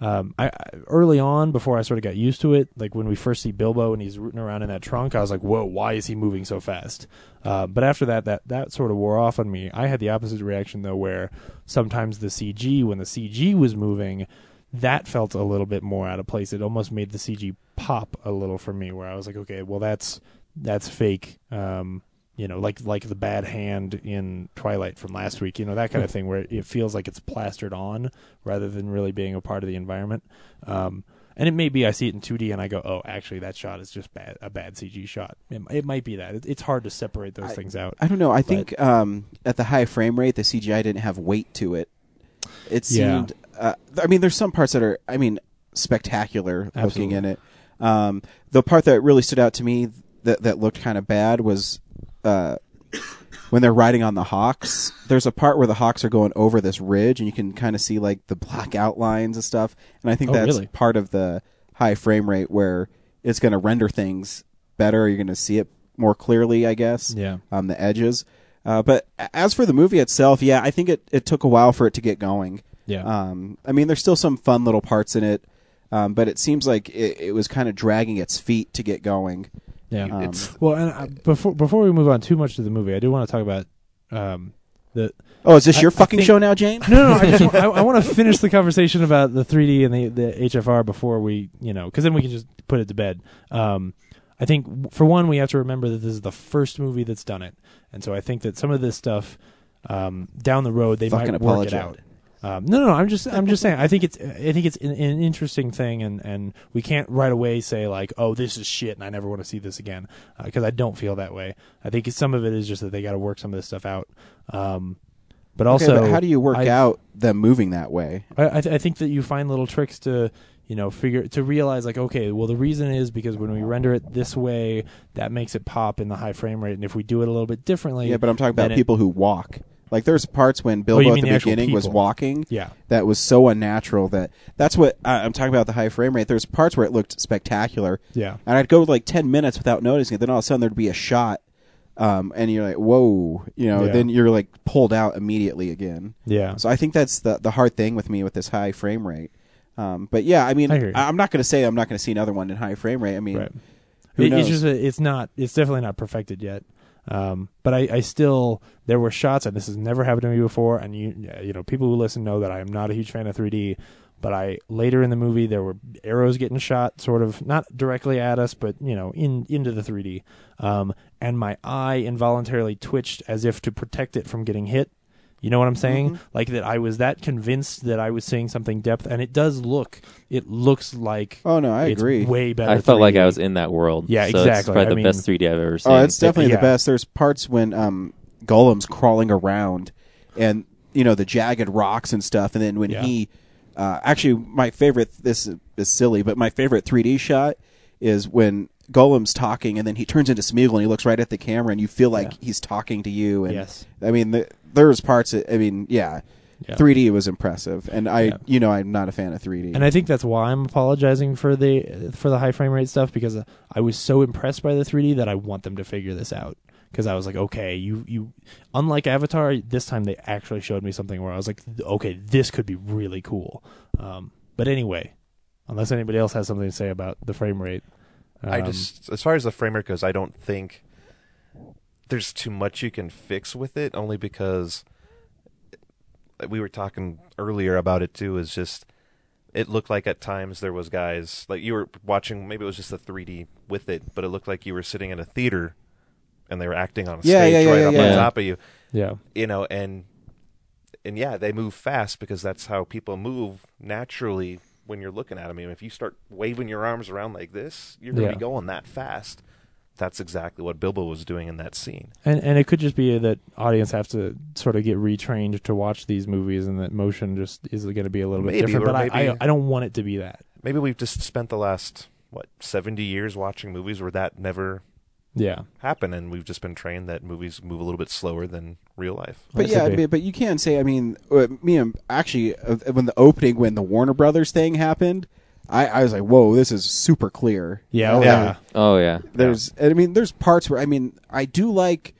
E: I, um, I I- early on before I sort of got used to it, like when we first see Bilbo and he's rooting around in that trunk, I was like, "Whoa, why is he moving so fast?" Uh, but after that, that that sort of wore off on me. I had the opposite reaction though, where sometimes the CG, when the CG was moving, that felt a little bit more out of place. It almost made the CG pop a little for me, where I was like, "Okay, well that's that's fake." Um, you know, like like the bad hand in Twilight from last week, you know, that kind of thing where it feels like it's plastered on rather than really being a part of the environment. Um, and it may be I see it in 2D and I go, oh, actually, that shot is just bad, a bad CG shot. It, it might be that. It, it's hard to separate those things out.
F: I don't know. I
E: But-
F: think um, at the high frame rate, the CGI didn't have weight to it. It
E: Yeah.
F: seemed. Uh, th- I mean, there's some parts that are, I mean, spectacular looking
E: Absolutely.
F: in it. Um, the part that really stood out to me that that looked kind of bad was uh, when they're riding on the hawks. There's a part where the hawks are going over this ridge, and you can kind of see like the black outlines and stuff. And I think
E: Oh,
F: that's
E: really?
F: part of the high frame rate where it's going to render things better. You're going to see it more clearly, I guess.
E: Yeah.
F: On um, the edges. Uh, but a- as for the movie itself, yeah, I think it, it took a while for it to get going.
E: Yeah.
F: Um, I mean, there's still some fun little parts in it, um, but it seems like it, it was kind of dragging its feet to get going.
E: Yeah.
F: Um,
E: well, and uh, before before we move on too much to the movie, I do want to talk about um, the.
F: Oh, is this
E: I-
F: your
E: I
F: fucking
E: think-
F: show now, James?
E: No, no, no, I just wa- I, I want to finish the conversation about the 3D and the the HFR before we you know because then we can just put it to bed. Um, I think w- for one we have to remember that this is the first movie that's done it, and so I think that some of this stuff um, down the road they
F: Fucking
E: might work
F: apologize.
E: it out. Um, no, no, no, I'm just, I'm just saying. I think it's, I think it's an, an interesting thing, and and we can't right away say like, oh, this is shit, and I never want to see this again, because I don't feel that way. I think some of it is just that they got to work some of this stuff out. Um, but
F: Okay,
E: also,
F: how do you work
E: I-
F: out them moving that way?
E: I, I, th- I think that you find little tricks to you know figure to realize like okay well the reason is because when we render it this way that makes it pop in the high frame rate and if we do it a little bit differently
F: Yeah, but I'm talking about
E: then it-
F: people who walk. Like there's parts when
E: Oh, you
F: Bilbo
E: mean
F: at the,
E: the actual
F: beginning was
E: people.
F: walking.
E: Yeah.
F: that was so unnatural that that's what I I'm talking about the high frame rate. There's parts where it looked spectacular.
E: Yeah.
F: and I'd go like ten minutes without noticing it. Then all of a sudden there'd be a shot, um, and you're like, whoa, you know.
E: Yeah.
F: Then you're like pulled out immediately again.
E: Yeah.
F: So I think that's the the hard thing with me with this high frame rate. Um, but yeah, I mean,
E: I hear you.
F: I am not going to say I'm not going to see another one in high frame rate. I mean,
E: Right.
F: who
E: It-
F: knows?
E: It's just a, it's not it's definitely not perfected yet. Um, but I, I still there were shots, and this has never happened to me before. And you you know people who listen know that I am not a huge fan of 3D. But I later in the movie there were arrows getting shot, sort of not directly at us, but you know in into the 3D. Um, and my eye involuntarily twitched as if to protect it from getting hit. You know what I'm saying?
F: Mm-hmm.
E: Like that I was that convinced that I was seeing something depth, and it does look it looks like
F: oh no, I
E: it's
F: agree.
E: way better.
J: I felt
E: 3D.
J: like I was in that world.
E: Yeah,
J: so It's
E: exactly.
J: probably
E: I
J: the
E: mean-
J: best 3D I've ever seen.
F: Oh, it's definitely
E: Yeah.
F: the best. There's parts when um, Gollum's crawling around, and you know the jagged rocks and stuff, and then when
E: Yeah.
F: he, uh, actually, my favorite. This is silly, but my favorite 3D shot is when Golem's talking, and then he turns into Smeagol and he looks right at the camera, and you feel like he's talking to you. And
G: Yes.
F: I mean, th there's parts. That, I mean, yeah,
G: Yeah.
F: 3D was impressive, and I,
G: Yeah.
F: you know, I'm not a fan of 3D.
G: And I think that's why I'm apologizing for the for the high frame rate stuff because I was so impressed by the 3D that I want them to figure this out because I was like, okay, you you unlike Avatar, this time they actually showed me something where I was like, okay, this could be really cool. Um, but anyway, unless anybody else has something to say about the frame rate,
H: I
G: um,
H: just, as far as the framework goes, I don't think there's too much you can fix with it, only because we were talking earlier about it too. Is just it looked like at times there was guys like you were watching. Maybe it was just the 3D with it, but it looked like you were sitting in a theater and they were acting on a
G: Yeah,
H: stage
G: yeah, yeah,
H: right
G: yeah,
H: up
G: yeah.
H: on top of you.
G: Yeah.
H: you know, and and yeah, they move fast because that's how people move naturally when you're looking at them. I mean, if you start waving your arms around like this, you're going to
G: Yeah.
H: be going that fast. That's exactly what Bilbo was doing in that scene.
G: And and it could just be that audience have to sort of get retrained to watch these movies, and that motion just is going to be a little bit
H: Maybe,
G: different.
H: or
G: But I, I
H: maybe-
G: I don't want it to be that.
H: Maybe we've just spent the last what seventy years watching movies where that never
G: Yeah.
H: happened, and we've just been trained that movies move a little bit slower than real life.
F: But yeah, I mean, but you can say. I mean, uh, me and actually, uh, when the opening, when the Warner Brothers thing happened, I, I was like, "Whoa, this is super clear."
G: Yeah,
F: You know,
G: oh, yeah.
F: like,
J: Oh, yeah.
F: There's, and I mean, there's parts where I mean, I do like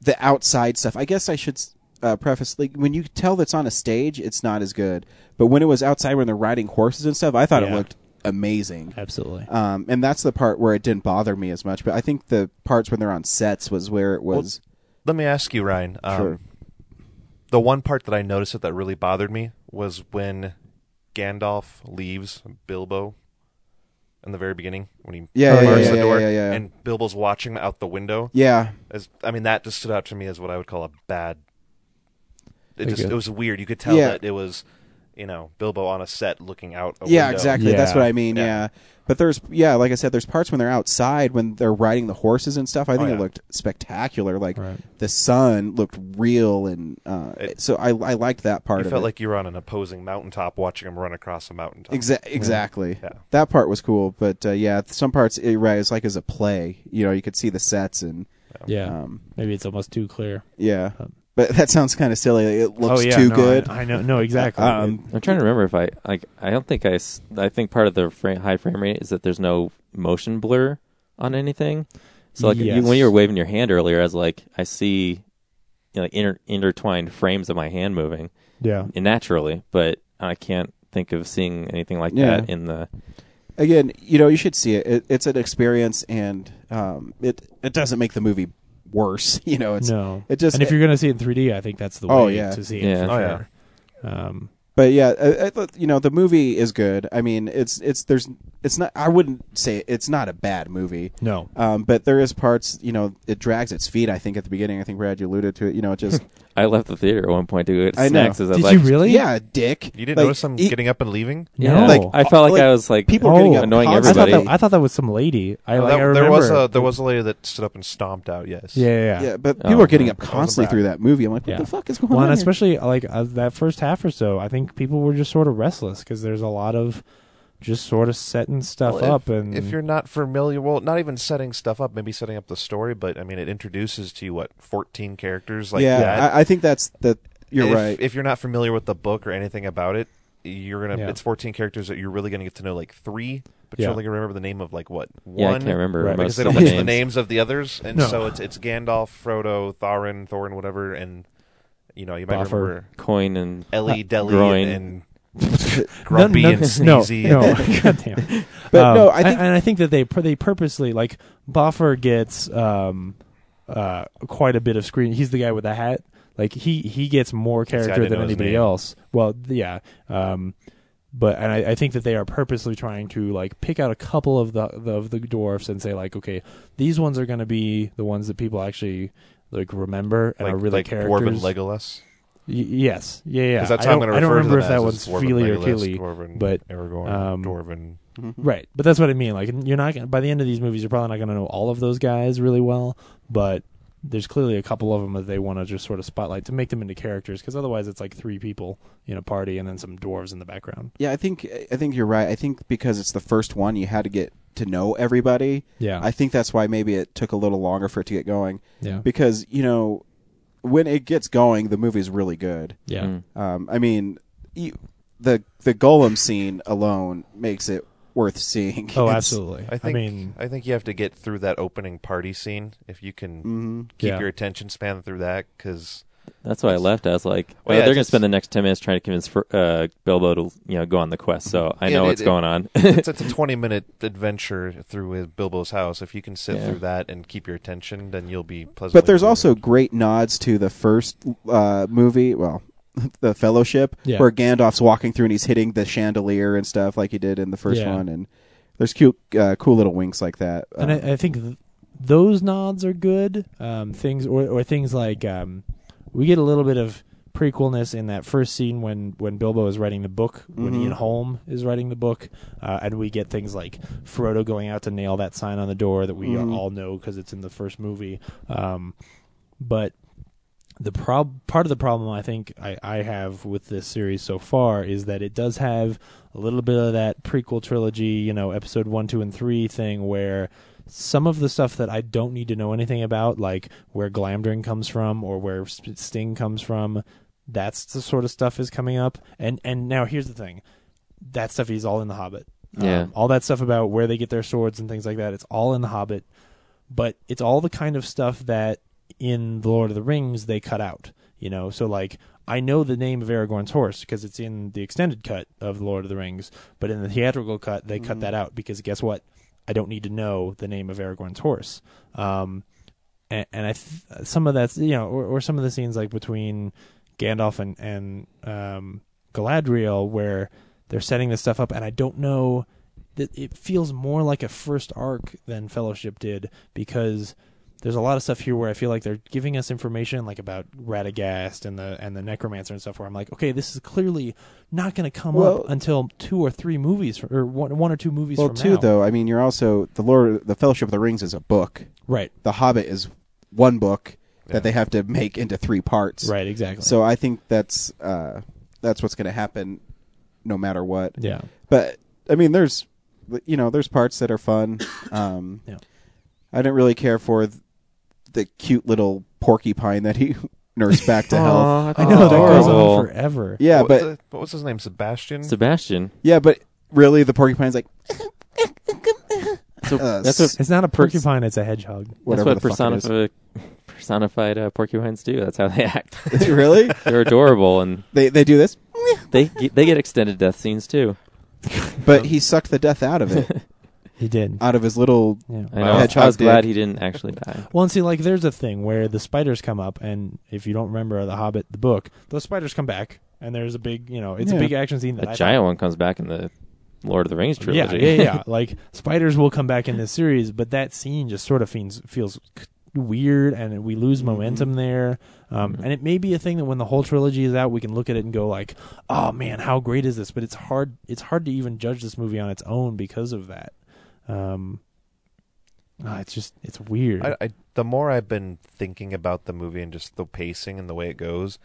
F: the outside stuff. I guess I should s- uh, preface like when you tell that's on a stage, it's not as good. But when it was outside, when they're riding horses and stuff, I thought it
G: Yeah.
F: looked amazing.
G: Absolutely.
F: Um, and that's the part where it didn't bother me as much. But I think the parts when they're on sets was where it
H: Well,
F: was.
H: let me ask you, Ryan. Um,
F: Sure.
H: The one part that I noticed that, that really bothered me was when Gandalf leaves Bilbo in the very beginning when he
F: Yeah, yeah,
H: bars
F: yeah,
H: the
F: yeah,
H: door
F: yeah, yeah, yeah.
H: and Bilbo's watching out the window.
F: Yeah.
H: As I mean, that just stood out to me as what I would call a bad. It
G: Like
H: just
G: a-
H: it was weird. You could tell
F: Yeah.
H: that it was, you know, Bilbo on a set looking out. A
F: yeah,
H: window.
F: exactly. That's what I mean. Yeah. But there's yeah, like I said, there's parts when they're outside when they're riding the horses and stuff. I think it looked spectacular. Like the sun looked real, and uh, so I I liked that part.
H: You
F: of
H: felt
F: it.
H: like you were on an opposing mountaintop watching him run across a mountaintop.
F: Exa- exactly.
H: Yeah.
F: That part was cool, but uh, yeah, some parts it, right, it's like as a play. You know, you could see the sets and
G: Yeah.
F: um,
G: Maybe it's almost too clear.
F: yeah. But that sounds kind of silly. It looks
G: Oh, yeah,
F: too
G: no, I-
F: good.
G: I know- no, exactly.
F: Um,
J: I'm trying to remember if I like. I don't think I. s- I think part of the frame, high frame rate is that there's no motion blur on anything. So like you,
G: Yes.
J: when you were waving your hand earlier, I was like, I see, you know, like inter- intertwined frames of my hand moving.
G: Yeah.
J: and naturally, but I can't think of seeing anything like
F: Yeah.
J: that in the.
F: again, you know, you should see it. it it's an experience, and um, it it doesn't make the movie worse. You know, it's
G: no.
F: It just
G: and if you're going to see it in 3D, I think that's the way
F: Oh, yeah.
G: to see it.
J: Yeah.
G: For
J: Oh,
G: sure. Um,
F: But yeah, I, I, you know the movie is good. I mean, it's it's there's it's not. I wouldn't say it's not a bad movie.
G: No.
F: um, but there is parts. You know, it drags its feet. I think at the beginning. I think Brad, you alluded to it. You know, it just.
J: I left the theater at one point to go get
F: I know.
J: snacks. As I was
F: Did
J: like,
F: you really? Yeah, dick.
H: You didn't
F: Like, e,
H: notice him
F: he-
H: getting up and leaving?
J: Yeah. No. Like, I felt like I was, like,
F: people are getting up
J: annoying
G: Oh, I thought,
J: everybody.
F: Oh.
G: that, I thought that was some lady. I,
H: No,
G: like,
H: Oh, that-
G: I remember.
H: there was a there was a lady that stood up and stomped out. Yes.
G: Yeah, yeah, Oh, yeah.
F: Yeah, but people are getting up constantly through that movie. I'm like, what the fuck is going
G: well,
F: on?
G: and
F: here?
G: especially like uh, that first half or so, I think people were just sort of restless because there's a lot of just sort of setting stuff
H: Well,
G: up
H: if,
G: and
H: if you're not familiar, well, not even setting stuff up, maybe setting up the story, but I mean, it introduces to you what 14 characters like
F: yeah,
H: that.
F: I, I think that's the. You're
H: if,
F: right.
H: If you're not familiar with the book or anything about it, you're gonna.
J: Yeah.
H: It's 14 characters that you're really gonna get to know like three, but
J: Yeah.
H: you're only gonna remember the name of like what one.
J: Yeah, I can't remember Right.
H: because
J: most
H: they
J: of
H: don't
J: the
H: mention the
J: names.
H: names of the others, and
J: No.
H: so it's it's Gandalf, Frodo, Thorin, Thorin, whatever, and you know you might
J: Boffer,
H: remember
J: Coin, and
H: Ellie, Deli,
J: Groin.
H: and, and Grumpy,
G: No, no,
H: and
G: no,
H: Sneezy.
G: No,
H: and-
G: God damn it.
F: But
G: Um,
F: no, I
G: and-
F: think-
G: and I think that they pur- they purposely like Boffer gets um uh quite a bit of screen. He's the guy with the hat. Like he he gets more
H: I
G: character
H: didn't
G: than
H: know his
G: anybody
H: name.
G: else. Well, th- yeah. Um, but and I, I think that they are purposely trying to like pick out a couple of the, the of the dwarfs and say like, okay, these ones are going to be the ones that people actually like remember and
H: Like-
G: are really
H: like
G: characters.
H: Dwarven Legolas?
G: Y- yes. Yeah. Yeah.
H: 'Cause that's
G: I
H: how I'm
G: don't,
H: gonna
G: I don't
H: refer to them
G: remember if that
H: as, is
G: one's
H: Dwarven
G: Feely or
H: Legolas,
G: Keely,
H: Dwarven
G: but um,
H: Aragorn, Dwarven. Mhm.
E: Mm-hmm.
G: Right, but that's what I mean. Like you're not gonna, by the end of these movies, you're probably not going to know all of those guys really well, but there's clearly a couple of them that they want to just sort of spotlight to make them into characters because otherwise it's like three people in a party and then some dwarves in the background.
F: Yeah, I think I think you're right. I think because it's the first one, you had to get to know everybody.
E: Yeah.
F: I think that's why maybe it took a little longer for it to get going.
E: Yeah.
F: Because, you know, when it gets going, the movie's really good.
E: Yeah. Mm.
F: Um, I mean, you, the the golem scene alone makes it worth seeing.
E: Oh,
G: Oh,
F: It's-
H: I think, I mean, I think you have to get through that opening party scene if you can
F: Mhm.
H: keep
F: Yeah.
H: your attention span through that because
J: That's why I left. I was like,
H: Well,
J: well,
H: yeah,
J: they're going to
H: it's-
J: spend the next ten minutes trying to convince Fr- uh, Bilbo to you know go on the quest. So I know what's going on.
H: it's, it's a twenty-minute adventure through his- Bilbo's house. If you can sit
J: Yeah.
H: through that and keep your attention, then you'll be pleasantly.
F: But there's also great nods to the first uh, movie, well, the Fellowship,
H: Yeah.
F: where Gandalf's walking through and he's hitting the chandelier and stuff like he did in the first
E: Yeah.
F: one, and there's cute, uh, cool little winks like that.
E: and I, I think th- those nods are good um, things, or, or things like um, we get a little bit of prequelness in that first scene when when Bilbo is writing the book, when
F: Mhm.
E: Ian Holm is writing the book, uh, and we get things like Frodo going out to nail that sign on the door that we
F: Mhm.
E: all know because it's in the first movie. Um, but the prob- part of the problem I think I, I have with this series so far is that it does have a little bit of that prequel trilogy, you know, episode one, two, and three thing where some of the stuff that I don't need to know anything about, like where Glamdring comes from or where S- Sting comes from, that's the sort of stuff is coming up. And and now here's the thing, that stuff is all in the Hobbit. Um,
J: Yeah.
E: all that stuff about where they get their swords and things like that, it's all in the Hobbit but it's all the kind of stuff that in the Lord of the Rings they cut out. You know, so like I know the name of Aragorn's horse because it's in the extended cut of the Lord of the Rings, but in the theatrical cut they cut that out because guess what? I don't need to know the name of Aragorn's horse. Um, and, and I th- some of that's you know, or, or some of the scenes like between Gandalf and and um, Galadriel where they're setting this stuff up, and I don't know that it feels more like a first arc than Fellowship did because there's a lot of stuff here where I feel like they're giving us information like about Radagast and the and the Necromancer and stuff where I'm like, okay, this is clearly not going to come
F: Well-
E: up until two or three movies or one, one or two movies
F: well,
E: from
F: too,
E: now.
F: though, I mean, you're also the Lord, the Fellowship of the Rings is a book,
E: Right.
F: The Hobbit is one book that they have to make into three parts,
E: Right, exactly.
F: So I think that's uh, that's what's going to happen, no matter what.
E: Yeah.
F: but I mean, there's you know, there's parts that are fun. Um,
E: Yeah.
F: I didn't really care for th- the cute little porcupine that he nursed back to health.
E: I know, that goes on Adorable. forever.
F: Yeah,
H: What
F: but
H: was
E: uh,
H: the- what was his name? Sebastian.
J: Sebastian.
F: Yeah, but really, the porcupine's like
J: So
F: Uh,
J: that's what
E: it's not a porcupine; it's a hedgehog.
J: That's
F: Whatever
J: what
F: the fuck it is.
J: personifi- personified uh, porcupines do. That's how they act.
F: Really?
J: They're adorable, and
F: they they do this.
J: They get, they get extended death scenes too.
F: but he sucked the death out of it.
E: he did
F: out of his little
J: I, know.
F: hedgehog.
J: I was glad
F: dick.
J: he didn't actually die.
E: Well, and see, like, there's a thing where the spiders come up, and if you don't remember The Hobbit, the book, those spiders come back, and there's a big, you know, it's a
J: Yeah.
E: big action scene. That
J: A
E: I
J: giant one comes back in the Lord of the Rings
E: thought- yeah,
J: trilogy.
E: yeah, yeah. like spiders will come back in this series, but that scene just sort of feels feels k- weird, and we lose momentum there. Um,
J: Mm-hmm.
E: And it may be a thing that when the whole trilogy is out, we can look at it and go like, "Oh man, how great is this?" But it's hard. It's hard to even judge this movie on its own because of that. Um, ah, it's just it's weird.
H: I, I, the more I've been thinking about the movie and just the pacing and the way it goes,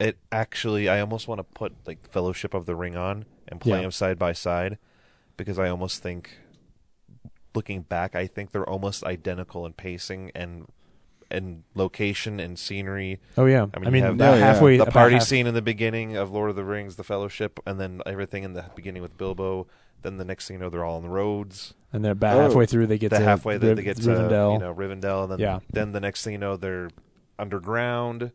H: it actually I almost want to put like Fellowship of the Ring on and play
E: Yeah.
H: them side by side because I almost think, looking back, I think they're almost identical in pacing and and location and scenery.
E: Oh, yeah.
H: I
E: I
H: mean, you
E: mean,
H: have
E: about
H: the,
E: halfway-
H: the
E: about
H: party
E: half-
H: scene in the beginning of Lord of the Rings, the Fellowship, and then everything in the beginning with Bilbo. Then the next thing you know, they're all on the roads.
E: And they're about halfway through, they get
H: the
E: to
H: halfway they-
E: Riv-
H: they get to
E: Rivendell.
H: you know Rivendell, and then
E: Yeah.
H: then the next thing you know they're underground,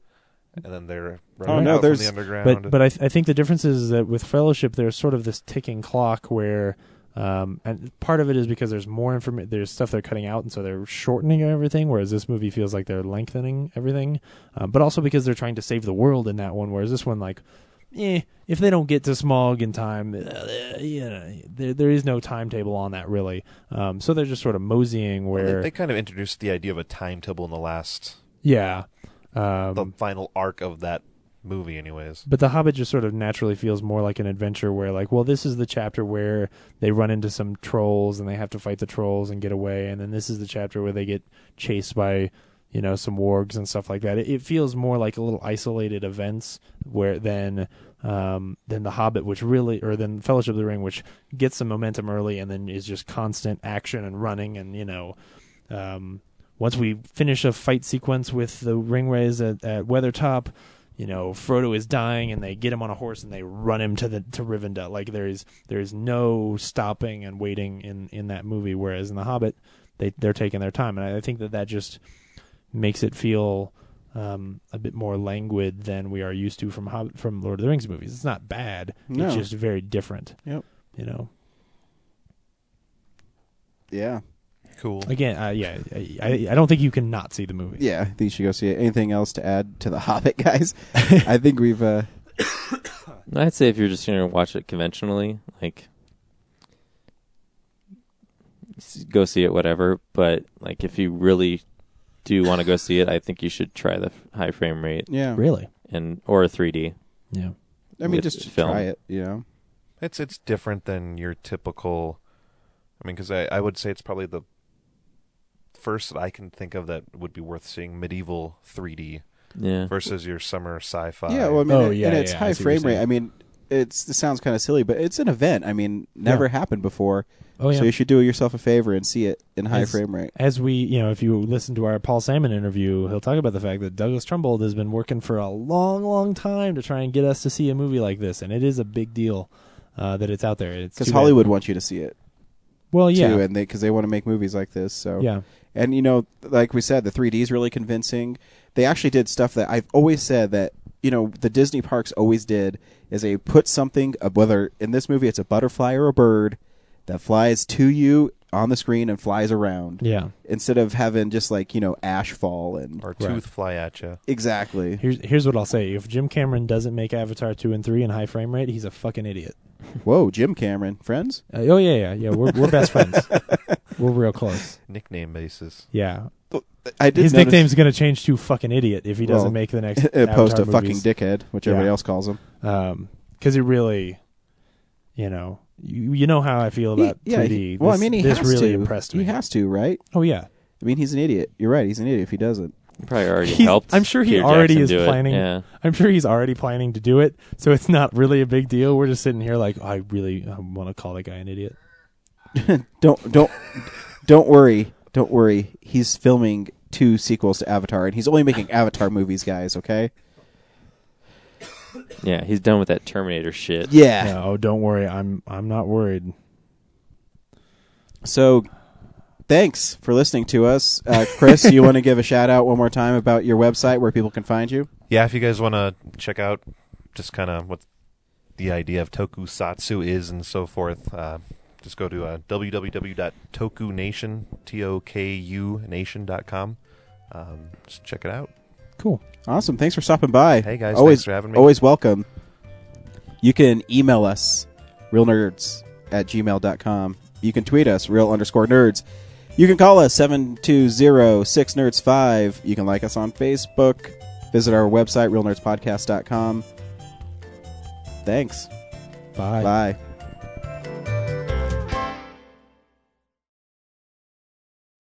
H: and then they're
E: Oh,
H: running
E: no,
H: out from the
E: there's-
H: underground.
E: But but I, th- I think the difference is that with Fellowship, there's sort of this ticking clock where, um, and part of it is because there's more information, there's stuff they're cutting out, and so they're shortening everything. Whereas this movie feels like they're lengthening everything, um, but also because they're trying to save the world in that one. Whereas this one, like, eh, if they don't get to Smog in time, uh, you know, there there is no timetable on that really. Um, so they're just sort of moseying
H: Well,
E: where,
H: they, they kind of introduced the idea of a timetable in the last
E: yeah. um,
H: the final arc of that movie, anyways.
E: But The Hobbit just sort of naturally feels more like an adventure where, like, well, this is the chapter where they run into some trolls and they have to fight the trolls and get away. And then this is the chapter where they get chased by, you you know, some wargs and stuff like that. It, it feels more like a little isolated events where than um, than the Hobbit, which really, or than Fellowship of the Ring, which gets some momentum early and then is just constant action and running and you know. Um, once we finish a fight sequence with the ringways at, at Weathertop, you know Frodo is dying, and they get him on a horse and they run him to the to Rivendell. Like there is there is no stopping and waiting in in that movie. Whereas in The Hobbit, they they're taking their time, and I, I think that that just makes it feel um, a bit more languid than we are used to from Hobbit, from Lord of the Rings movies. It's not bad.
F: No.
E: It's just very different.
F: Yep.
E: You know.
F: Yeah.
H: Cool.
E: Again, uh, yeah, I, I- I don't think you can not see the movie.
F: Yeah, I think you should go see it. Anything else to add to the Hobbit, guys? I think we've. Uh,
G: I'd say if you're just going to watch it conventionally, like s- go see it, whatever. But like if you really do want to go see it, I think you should try the f- high frame rate.
F: Yeah.
E: Really?
G: And or 3D.
E: Yeah.
F: I mean,
G: With
F: just
G: film.
F: try it. You know.
H: It's it's different than your typical. I mean, because I, I would say it's probably the first that I can think of that would be worth seeing medieval 3D.
G: Yeah.
H: Versus your summer sci-fi.
F: Yeah, well, I
E: Oh,
F: mean, it- and it's high frame rate. I mean, it's it sounds kind of silly, but it's an event. I mean, never happened before.
E: Oh, yeah.
F: So you should do yourself a favor and see it in high
E: As-
F: frame rate.
E: As we, you know, if you listen to our Paul Salmon interview, he'll talk about the fact that Douglas Trumbull has been working for a long, long time to try and get us to see a movie like this, and it is a big deal uh, that it's out there. It's
F: Because
E: too bad.
F: Hollywood wants you to see it.
E: Well, yeah.
F: too, and they because they want to make movies like this. So
E: Yeah.
F: and you know, like we said, the 3D is really convincing. They actually did stuff that I've always said that you know the Disney parks always did is they put something of whether in this movie it's a butterfly or a bird that flies to you on the screen and flies around.
E: Yeah.
F: Instead of having just like you know ash fall and
H: or tooth fly at you.
F: Exactly.
E: Here's here's what I'll say: If Jim Cameron doesn't make Avatar two and three in high frame rate, he's a fucking idiot.
F: Whoa, Jim Cameron, friends?
E: Uh, oh yeah, yeah, yeah. We're we're best friends. We're real close.
H: Nickname basis.
E: Yeah.
F: I did
E: His
F: notice-
E: nickname's going to change to fucking idiot if he doesn't
F: Well,
E: make the next
F: opposed
E: Avatar
F: to fucking
E: movies.
F: dickhead, which everybody else calls him.
E: Um, because it really, you know, you, you know how I feel about
F: He- yeah,
E: 3D.
F: he- well,
E: this,
F: I mean, he
E: this
F: has
E: really
F: to.
E: impressed
F: He
E: me.
F: has to, right?
E: Oh yeah.
F: I mean, he's an idiot. You're right. He's an idiot if he doesn't.
G: Probably already
E: He's-
G: helped.
E: I'm sure he
G: Peter
E: already
G: Jackson
E: is
G: do it,
E: planning.
G: Yeah.
E: I'm sure he's already planning to do it, so it's not really a big deal. We're just sitting here like, I really want to call that guy an idiot.
F: Don't don't don't worry. Don't worry. He's filming two sequels to Avatar, and he's only making Avatar movies, guys. Okay.
G: Yeah, he's done with that Terminator shit.
E: No, don't worry. I'm I'm not worried.
F: So, thanks for listening to us, uh, Chris. you want to give a shout out one more time about your website where people can find you?
H: Yeah, if you guys want to check out just kind of what the idea of tokusatsu is and so forth, uh, just go to uh, www.tokunation, T-O-K-U nation.com. Um, just check it out.
E: Cool.
F: Awesome. Thanks for stopping by.
H: Hey, guys.
F: Always,
H: Thanks for having me.
F: Always welcome. You can email us, realnerds at gmail.com. You can tweet us, real underscore nerds. You can call us, 720-6nerds5. You can like us on Facebook. Visit our website, realnerdspodcast.com. Thanks.
E: Bye.
F: Bye.